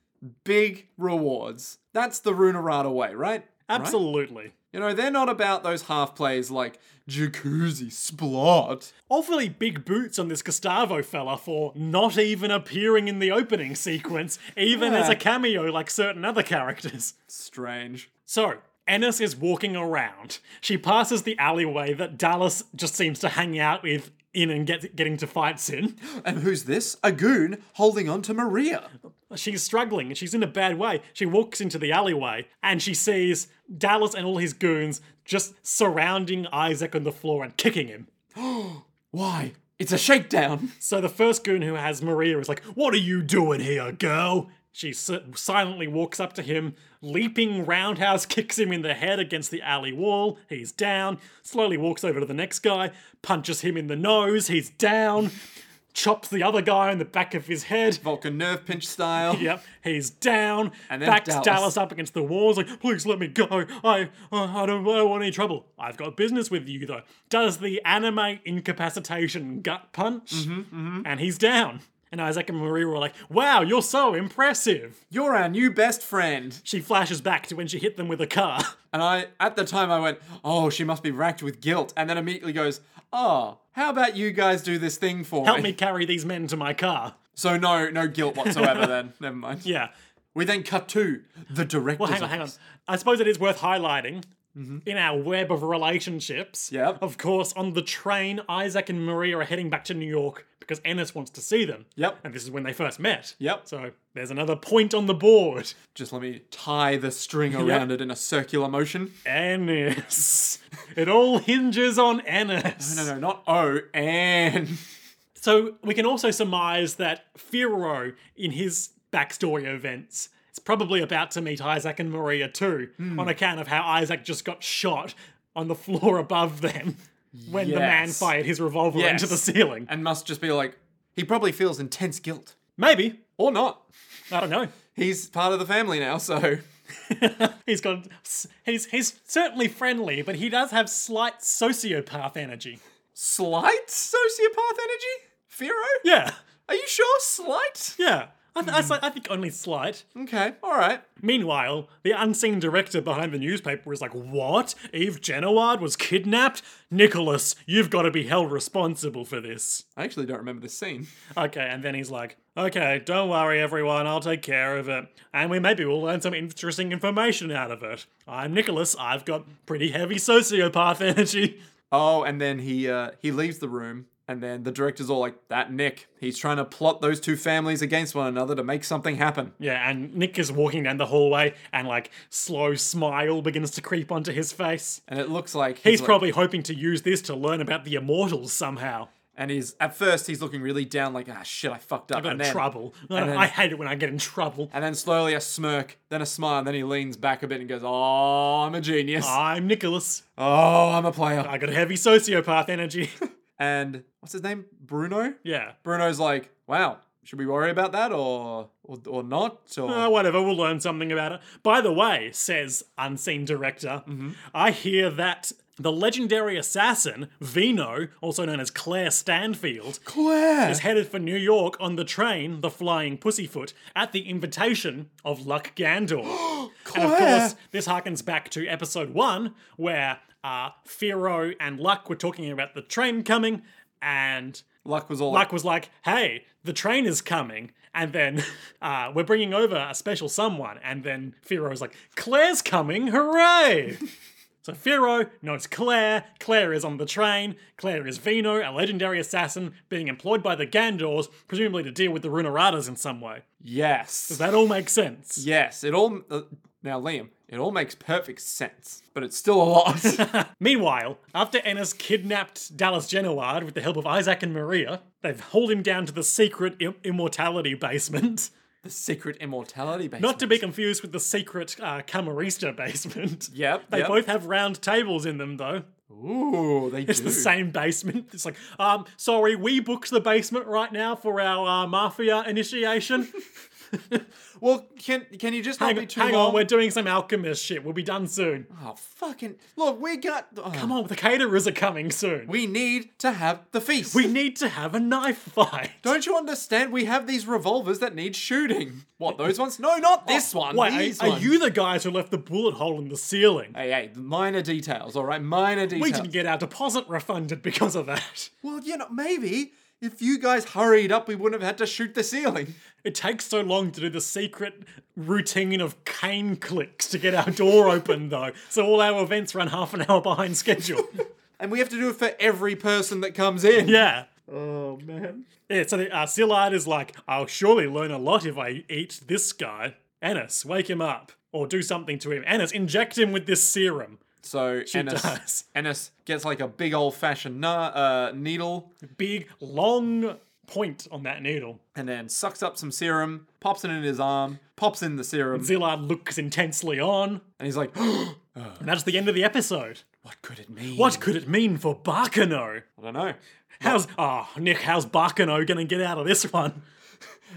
Speaker 2: big rewards. That's the Runarada way, right? Right?
Speaker 1: Absolutely.
Speaker 2: You know, they're not about those half plays like jacuzzi splot.
Speaker 1: Awfully big boots on this Gustavo fella for not even appearing in the opening sequence, even as a
Speaker 2: Yeah.
Speaker 1: cameo like certain other characters.
Speaker 2: Strange.
Speaker 1: So, Ennis is walking around. She passes the alleyway that Dallas just seems to hang out with in and get, getting to fights in.
Speaker 2: And who's this? A goon holding on to Maria.
Speaker 1: She's struggling and she's in a bad way. She walks into the alleyway and she sees Dallas and all his goons just surrounding Isaac on the floor and kicking him.
Speaker 2: Why? It's a shakedown. (laughs)
Speaker 1: So the first goon who has Maria is like, What are you doing here, girl? She si- silently walks up to him, leaping roundhouse (laughs) kicks him in the head against the alley wall. He's down. Slowly walks over to the next guy, punches him in the nose. He's down. Chops the other guy in the back of his head.
Speaker 2: Vulcan nerve pinch style.
Speaker 1: Yep, he's down.
Speaker 2: And then
Speaker 1: backs Dallas.
Speaker 2: Dallas.
Speaker 1: up against the walls. Like, please let me go. I, I, I don't, I don't want any trouble. I've got business with you though. Does the anime incapacitation gut punch,
Speaker 2: Mm-hmm,
Speaker 1: and he's down. And Isaac and Maria were like, "Wow, you're so impressive."
Speaker 2: You're our new best friend.
Speaker 1: She flashes back to when she hit them with a car. (laughs)
Speaker 2: And I, at the time, I went, oh, she must be racked with guilt. And then immediately goes, oh, how about you guys do this thing for
Speaker 1: Help me carry these men to my car.
Speaker 2: So no, no guilt whatsoever. then (laughs) never mind.
Speaker 1: Yeah.
Speaker 2: We then cut to the director's.
Speaker 1: Well, hang on, hang on. I suppose it is worth highlighting. In our web of relationships,
Speaker 2: Mm-hmm. Yep.
Speaker 1: of course, on the train, Isaac and Maria are heading back to New York because Ennis wants to see them.
Speaker 2: Yep.
Speaker 1: And this is when they first met.
Speaker 2: Yep.
Speaker 1: So there's another point on the board.
Speaker 2: Just let me tie
Speaker 1: (laughs)
Speaker 2: the string around it in a circular motion.
Speaker 1: Ennis. (laughs) it all hinges on Ennis.
Speaker 2: No, no, not O and
Speaker 1: So we can also surmise that Firo, in his backstory events, is probably about to meet Isaac and Maria too,
Speaker 2: Hmm.
Speaker 1: on account of how Isaac just got shot on the floor above them (laughs) when the man
Speaker 2: Yes.
Speaker 1: fired his revolver
Speaker 2: Yes.
Speaker 1: into the ceiling.
Speaker 2: and must just be like he probably feels intense guilt
Speaker 1: Maybe.
Speaker 2: or not.
Speaker 1: I don't know. (laughs)
Speaker 2: He's part of the family now, so
Speaker 1: He's got he's he's certainly friendly, but he does have slight sociopath energy.
Speaker 2: slight sociopath energy. Firo,
Speaker 1: Yeah.
Speaker 2: are you sure? Slight.
Speaker 1: Yeah. I,
Speaker 2: Hmm.
Speaker 1: th- I s- I think only slight.
Speaker 2: Okay, all right.
Speaker 1: Meanwhile, the unseen director behind the newspaper is like, What? Eve Genoward was kidnapped? Nicholas, you've got to be held responsible for this.
Speaker 2: I actually don't remember this scene.
Speaker 1: Okay, and then he's like, Okay, don't worry, everyone, I'll take care of it. And we maybe will learn some interesting information out of it. I'm Nicholas, I've got pretty heavy sociopath (laughs) energy.
Speaker 2: Oh, and then he uh, he leaves the room, and then the director's all like, "That Nick, he's trying to plot those two families against one another to make something happen."
Speaker 1: Yeah, and Nick is walking down the hallway, and like, slow smile begins to creep onto his face.
Speaker 2: And it looks like
Speaker 1: He's
Speaker 2: like-
Speaker 1: probably hoping to use this to learn about the immortals somehow.
Speaker 2: and he's at first he's looking really down, like, "Ah, shit, I fucked up."
Speaker 1: got in
Speaker 2: and then,
Speaker 1: trouble.
Speaker 2: (laughs) and then-
Speaker 1: I hate it when I get in trouble.
Speaker 2: And then slowly a smirk, then a smile, and then he leans back a bit and goes, "Oh, I'm a genius.
Speaker 1: I'm Nicholas.
Speaker 2: Oh, I'm a player."
Speaker 1: Ah. I got heavy sociopath energy. (laughs)
Speaker 2: And what's his name? Bruno.
Speaker 1: yeah.
Speaker 2: Bruno's like, "Wow, should we worry about that or or, or not?" Or
Speaker 1: Uh, whatever, we'll learn something about it. By the way, says Unseen Director,
Speaker 2: Mm-hmm.
Speaker 1: I hear that the legendary assassin, Vino, also known as Claire Stanfield,
Speaker 2: Claire.
Speaker 1: is headed for New York on the train, the Flying Pussyfoot, at the invitation of Luck Gandor. (gasps) And of course, this harkens back to episode one, where uh, Firo and Luck were talking about the train coming, and
Speaker 2: Luck was all
Speaker 1: Luck was like, hey, the train is coming. And then (laughs) uh, we're bringing over a special someone. And then Firo was like, Claire's coming, hooray! so Firo notes Claire. Claire is on the train. Claire is Vino, a legendary assassin, being employed by the Gandors, presumably to deal with the Runaradas in some way.
Speaker 2: yes.
Speaker 1: That all makes sense.
Speaker 2: Yes, it all. Uh, now, Liam, it all makes perfect sense, but it's still a
Speaker 1: (laughs)
Speaker 2: lot.
Speaker 1: Meanwhile, after Ennis kidnapped Dallas Genoward with the help of Isaac and Maria, they've hauled him down to the secret im- immortality basement. (laughs)
Speaker 2: the secret immortality basement.
Speaker 1: Not to be confused with the secret uh, Camarista basement.
Speaker 2: (laughs) Yep.
Speaker 1: They
Speaker 2: yep.
Speaker 1: both have round tables in them, though.
Speaker 2: Ooh, they
Speaker 1: It's
Speaker 2: do.
Speaker 1: the same basement. It's like, um, sorry, we booked the basement right now for our uh, mafia initiation.
Speaker 2: (laughs) Well, can can you just not be
Speaker 1: hang
Speaker 2: too
Speaker 1: hang
Speaker 2: long?
Speaker 1: on, we're doing some alchemist shit. We'll be done
Speaker 2: (sighs)
Speaker 1: soon.
Speaker 2: Oh, fucking look, we got. oh,
Speaker 1: Come on, the caterers are coming soon. We,
Speaker 2: We need to have the feast.
Speaker 1: need to have a knife fight.
Speaker 2: don't you understand? We have these revolvers that need shooting. What those ones? No, not (laughs) this one.
Speaker 1: Oh, Wait,
Speaker 2: these
Speaker 1: are, are
Speaker 2: ones.
Speaker 1: you the guys who left the bullet hole in the ceiling?
Speaker 2: Hey, hey, minor details. All right, minor details.
Speaker 1: We didn't get our deposit refunded because of that.
Speaker 2: well, you know, maybe if you guys hurried up, we wouldn't have had to shoot the ceiling.
Speaker 1: It takes so long to do the secret routine of cane clicks to get our door open, (laughs) though, so all our events run half an hour behind schedule.
Speaker 2: And we have to do it for every person that comes in.
Speaker 1: yeah.
Speaker 2: Oh man.
Speaker 1: Yeah, so the, uh, Sillard is like, I'll surely learn a lot if I eat this guy. Ennis, wake him up. Or do something to him. Ennis, inject him with this serum.
Speaker 2: So Ennis,
Speaker 1: does.
Speaker 2: Ennis gets like a big old fashioned na- uh, needle
Speaker 1: Big, long point on that needle.
Speaker 2: and then sucks up some serum, pops it in his arm, pops in the serum,
Speaker 1: Zillard looks intensely on.
Speaker 2: and he's like, (gasps) "Oh,
Speaker 1: And that's the end of the episode.
Speaker 2: What could it mean?
Speaker 1: What could it mean for Barkano?
Speaker 2: I don't know.
Speaker 1: How's. Oh, Nick, how's Barkano gonna get out of this one?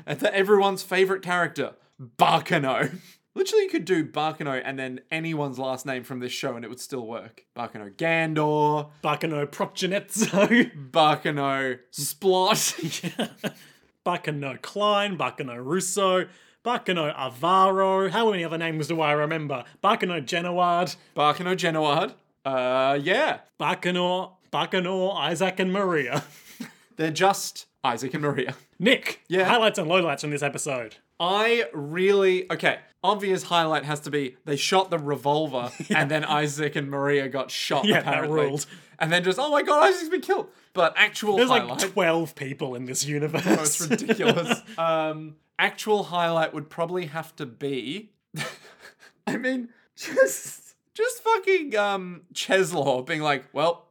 Speaker 2: And to everyone's favorite character, Barkano. (laughs) Literally, you could do Barkano and then anyone's last name from this show and it would still work. Barkano Gandor,
Speaker 1: Barkano (laughs) Propgenetzo.
Speaker 2: Barkano Splot,
Speaker 1: (laughs)
Speaker 2: (laughs)
Speaker 1: Barkano Klein, Barkano Russo, Barkano Avaro. How many other names do I remember? Barkano Genoward,
Speaker 2: Barkano Genoard. Uh, yeah.
Speaker 1: Barkano, Barkano, Isaac and Maria. (laughs)
Speaker 2: They're just Isaac and Maria.
Speaker 1: Nick,
Speaker 2: Yeah.
Speaker 1: highlights and lowlights from this episode.
Speaker 2: I really okay. Obvious highlight has to be they shot the
Speaker 1: (laughs)
Speaker 2: revolver and then Isaac and Maria got shot.
Speaker 1: Yeah, that
Speaker 2: apparently.
Speaker 1: ruled.
Speaker 2: And then just oh my god, Isaac's been killed. But actual
Speaker 1: There's
Speaker 2: highlight,
Speaker 1: like 12 people in this universe. (laughs)
Speaker 2: Oh, it's ridiculous. um, actual highlight would probably have to be. (laughs) I mean, just just fucking um Cheslaw being like, well,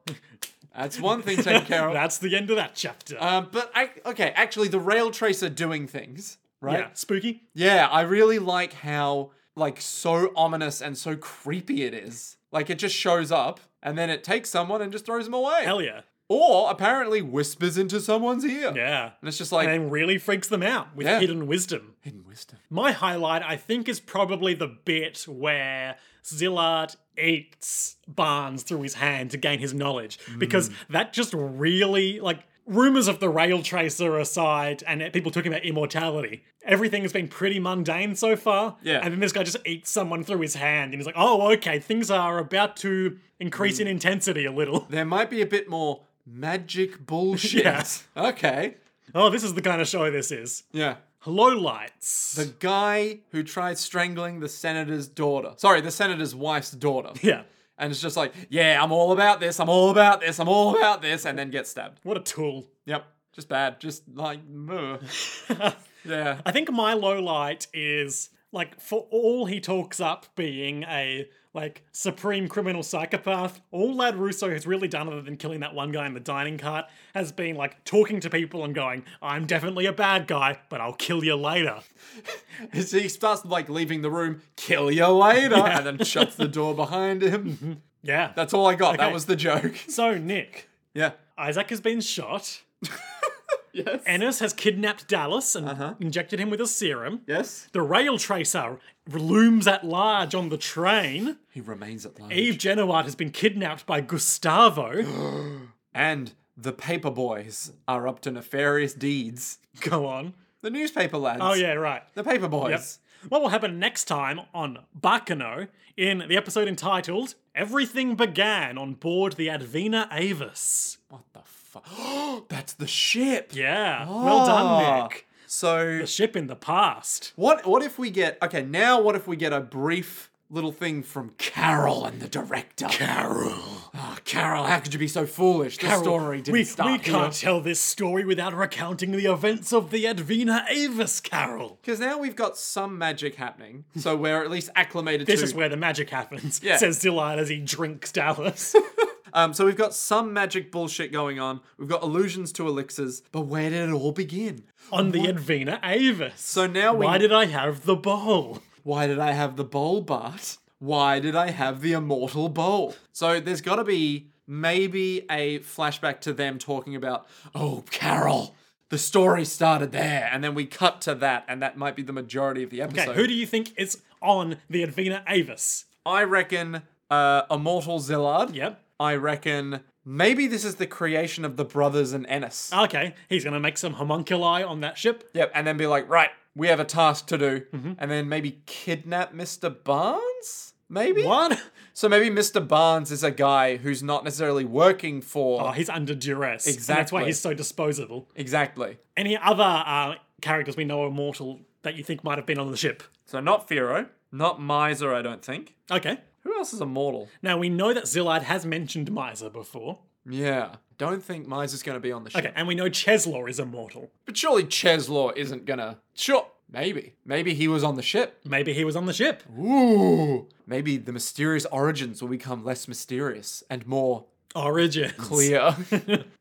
Speaker 2: that's one thing taken care
Speaker 1: (laughs)
Speaker 2: of.
Speaker 1: That's the end of that chapter.
Speaker 2: Um, but I okay, actually, the rail tracer doing things right.
Speaker 1: Yeah, spooky.
Speaker 2: Yeah, I really like how like so ominous and so creepy it is. Like it just shows up and then it takes someone and just throws them away.
Speaker 1: Hell yeah.
Speaker 2: Or apparently whispers into someone's ear.
Speaker 1: Yeah.
Speaker 2: And it's just like
Speaker 1: And really freaks them out with
Speaker 2: Yeah.
Speaker 1: hidden wisdom.
Speaker 2: hidden wisdom.
Speaker 1: My highlight, I think, is probably the bit where Zillard eats Barnes through his hand to gain his knowledge,
Speaker 2: Hmm.
Speaker 1: because that just really, like, rumors of the rail tracer aside, and that people talking about immortality, everything has been pretty mundane so far.
Speaker 2: Yeah.
Speaker 1: And then this guy just eats someone through his hand, and he's like, oh, okay, things are about to increase
Speaker 2: Hmm.
Speaker 1: in intensity a little. (laughs)
Speaker 2: There might be a bit more magic bullshit.
Speaker 1: Yeah.
Speaker 2: Okay.
Speaker 1: Oh, this is the kind of show this is.
Speaker 2: Yeah.
Speaker 1: Low lights.
Speaker 2: The guy who tried strangling the senator's daughter. Sorry, the senator's wife's daughter.
Speaker 1: yeah.
Speaker 2: And it's just like, yeah, I'm all about this, I'm all about this, I'm all about this, and then gets stabbed.
Speaker 1: What a tool. (laughs)
Speaker 2: Yep. Just bad. Just like, ugh.
Speaker 1: (laughs)
Speaker 2: yeah.
Speaker 1: I think my low light is like for all he talks up being a like supreme criminal psychopath, all Lad Russo has really done other than killing that one guy in the dining cart has been like talking to people and going, I'm definitely a bad guy, but I'll kill you later.
Speaker 2: As he starts like leaving the room, kill you later, and then shuts the door behind
Speaker 1: (laughs)
Speaker 2: him.
Speaker 1: Yeah.
Speaker 2: That's all I got. That
Speaker 1: Okay.
Speaker 2: was the joke. (laughs)
Speaker 1: so Nick,
Speaker 2: Yeah.
Speaker 1: Isaac has been shot.
Speaker 2: Yes.
Speaker 1: Ennis has kidnapped Dallas and injected him with a serum.
Speaker 2: yes.
Speaker 1: The rail tracer looms at large on the train.
Speaker 2: He remains at large.
Speaker 1: Eve Genoward has been kidnapped by Gustavo. (gasps)
Speaker 2: and the paper boys are up to nefarious deeds.
Speaker 1: Go on.
Speaker 2: The newspaper lads.
Speaker 1: Oh yeah, right.
Speaker 2: The paper boys.
Speaker 1: What will happen next time on Bacano in the episode entitled Everything Began on Board the Advena Avis.
Speaker 2: What the fuck? (gasps) That's the ship.
Speaker 1: Yeah. Well done,
Speaker 2: Ah.
Speaker 1: Nick.
Speaker 2: So
Speaker 1: The ship in the past.
Speaker 2: what what if we get okay, now what if we get a brief little thing from Carol and the director? Carol. Oh, Carol, how could you be so foolish? The story didn't
Speaker 1: we,
Speaker 2: start
Speaker 1: we
Speaker 2: here.
Speaker 1: can't tell this story without recounting the events of the Advena Avis Carol.
Speaker 2: Because now we've got some magic happening, so we're at least acclimated
Speaker 1: This
Speaker 2: to.
Speaker 1: is where the magic happens,
Speaker 2: Yeah.
Speaker 1: says Dillard as he drinks
Speaker 2: (laughs)
Speaker 1: Dallas.
Speaker 2: um, so we've got some magic bullshit going on. We've got allusions to elixirs, but where did it all begin?
Speaker 1: on the Advena Avis.
Speaker 2: So now we.
Speaker 1: Why did I have the bowl?
Speaker 2: Why did I have the bowl, Bart? Why did I have the immortal bowl? So there's got to be maybe a flashback to them talking about, oh, Carol, the story started there, and then we cut to that, and that might be the majority of the episode.
Speaker 1: Okay, who do you think is on the Advena Avis?
Speaker 2: I reckon uh, immortal Zillard.
Speaker 1: Yep.
Speaker 2: I reckon maybe this is the creation of the brothers and Ennis.
Speaker 1: Okay, he's gonna make some homunculi on that ship.
Speaker 2: Yep, and then be like, right, we have a task to do, and then maybe kidnap Mr. Barnes. Maybe
Speaker 1: What?
Speaker 2: So maybe Mr. Barnes is a guy who's not necessarily working for
Speaker 1: Oh, he's under duress. and That's why
Speaker 2: Exactly.
Speaker 1: he's so disposable.
Speaker 2: exactly.
Speaker 1: Any other uh, characters we know are mortal that you think might have been on the ship?
Speaker 2: So not Firo, not Miser, I don't think.
Speaker 1: Okay.
Speaker 2: Who else is immortal?
Speaker 1: Now we know that Zillard has mentioned Miser before.
Speaker 2: Yeah, don't think Miser's going to be on the show.
Speaker 1: Okay, and we know Cheslaw is immortal.
Speaker 2: But surely Cheslaw isn't gonna. Sure, Maybe. Maybe he was on the ship.
Speaker 1: Maybe he was on the ship.
Speaker 2: Ooh. Maybe the mysterious origins will become less mysterious and more
Speaker 1: Origins.
Speaker 2: clear.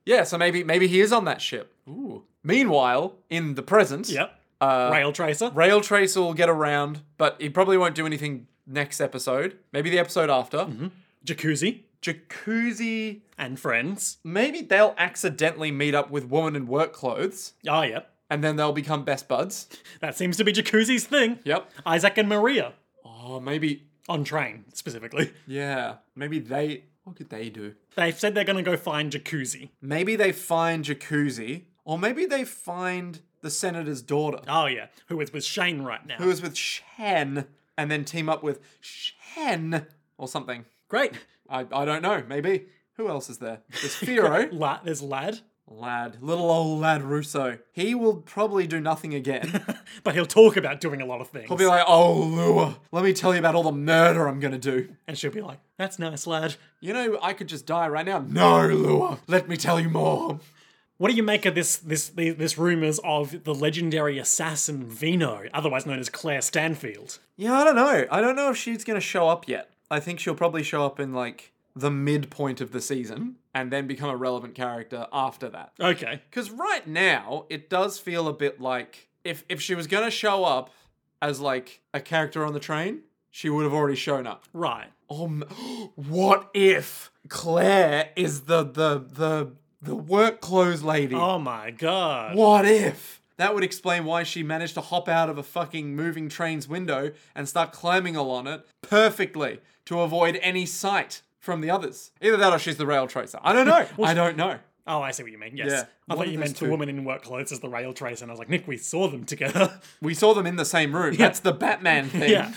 Speaker 2: yeah, so maybe maybe he is on that ship. Ooh. Meanwhile, in the present,
Speaker 1: Yep.
Speaker 2: uh,
Speaker 1: Rail Tracer.
Speaker 2: Rail Tracer will get around, but he probably won't do anything next episode. Maybe the episode after.
Speaker 1: Jacuzzi.
Speaker 2: Jacuzzi.
Speaker 1: And friends.
Speaker 2: Maybe they'll accidentally meet up with woman in work clothes,
Speaker 1: Ah, yep.
Speaker 2: and then they'll become best buds.
Speaker 1: That seems to be Jacuzzi's thing.
Speaker 2: Yep.
Speaker 1: Isaac and Maria.
Speaker 2: Oh, maybe.
Speaker 1: On train, specifically.
Speaker 2: Yeah. Maybe they. What could they do?
Speaker 1: They've said they're going to go find Jacuzzi.
Speaker 2: Maybe they find Jacuzzi, or maybe they find the senator's daughter,
Speaker 1: Oh, yeah. Who is with Shane right now.
Speaker 2: who is with Shen, and then team up with Shen or something.
Speaker 1: Great.
Speaker 2: I, I don't know. Maybe. Who else is there? There's (laughs) Firo.
Speaker 1: La- there's Lad. (laughs)
Speaker 2: Lad, little old lad Russo. He will probably do nothing (laughs) again.
Speaker 1: But he'll talk about doing a lot of things.
Speaker 2: He'll be like, oh, Lua, let me tell you about all the murder I'm gonna do.
Speaker 1: and she'll be like, that's nice, lad.
Speaker 2: You know, I could just die right now. No, Lua, let me tell you more.
Speaker 1: What do you make of this this the- this rumors of the legendary assassin Vino, otherwise known as Claire Stanfield?
Speaker 2: Yeah, I don't know. I don't know if she's gonna show up yet. I think she'll probably show up in like the midpoint of the season and then become a relevant character after that.
Speaker 1: Okay.
Speaker 2: Because right now, it does feel a bit like if, if she was gonna show up as like a character on the train, she would have already shown up.
Speaker 1: Right.
Speaker 2: Oh, m- (gasps) what if Claire is the the the the work clothes lady?
Speaker 1: Oh my god.
Speaker 2: What if? That would explain why she managed to hop out of a fucking moving train's window and start climbing along it perfectly to avoid any sight from the others. Either that or she's the rail tracer. I don't (laughs) know. I don't know.
Speaker 1: Oh, I see what you mean. Yes.
Speaker 2: Yeah.
Speaker 1: I
Speaker 2: One
Speaker 1: thought
Speaker 2: of
Speaker 1: you
Speaker 2: those
Speaker 1: meant the
Speaker 2: two.
Speaker 1: woman in work clothes as the rail trace, and I was like, Nick, we saw them
Speaker 2: (laughs)
Speaker 1: together.
Speaker 2: We saw them in the same room. That's
Speaker 1: (laughs)
Speaker 2: the Batman thing.
Speaker 1: yeah.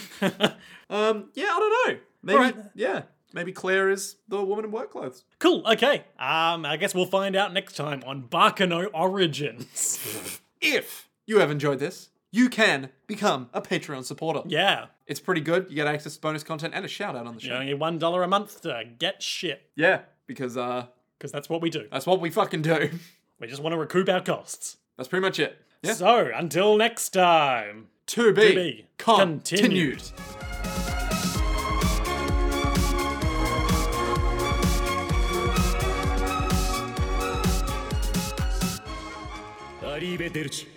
Speaker 2: Um yeah, I don't know. Maybe
Speaker 1: Alright.
Speaker 2: yeah. Maybe Claire is the woman in work clothes.
Speaker 1: cool. Okay. Um, I guess we'll find out next time on Barkano Origins. (laughs)
Speaker 2: If you have enjoyed this, you can become a Patreon supporter.
Speaker 1: yeah.
Speaker 2: It's pretty good. You get access to bonus content and a shout out on the show.
Speaker 1: Only one dollar a month to get shit,
Speaker 2: Yeah, because uh,
Speaker 1: because that's what we do.
Speaker 2: that's what we fucking do. (laughs)
Speaker 1: We just want to recoup our costs.
Speaker 2: That's pretty much it. Yeah.
Speaker 1: So until next time.
Speaker 2: To be,
Speaker 1: be
Speaker 2: continued.
Speaker 1: continued. Arrivederci.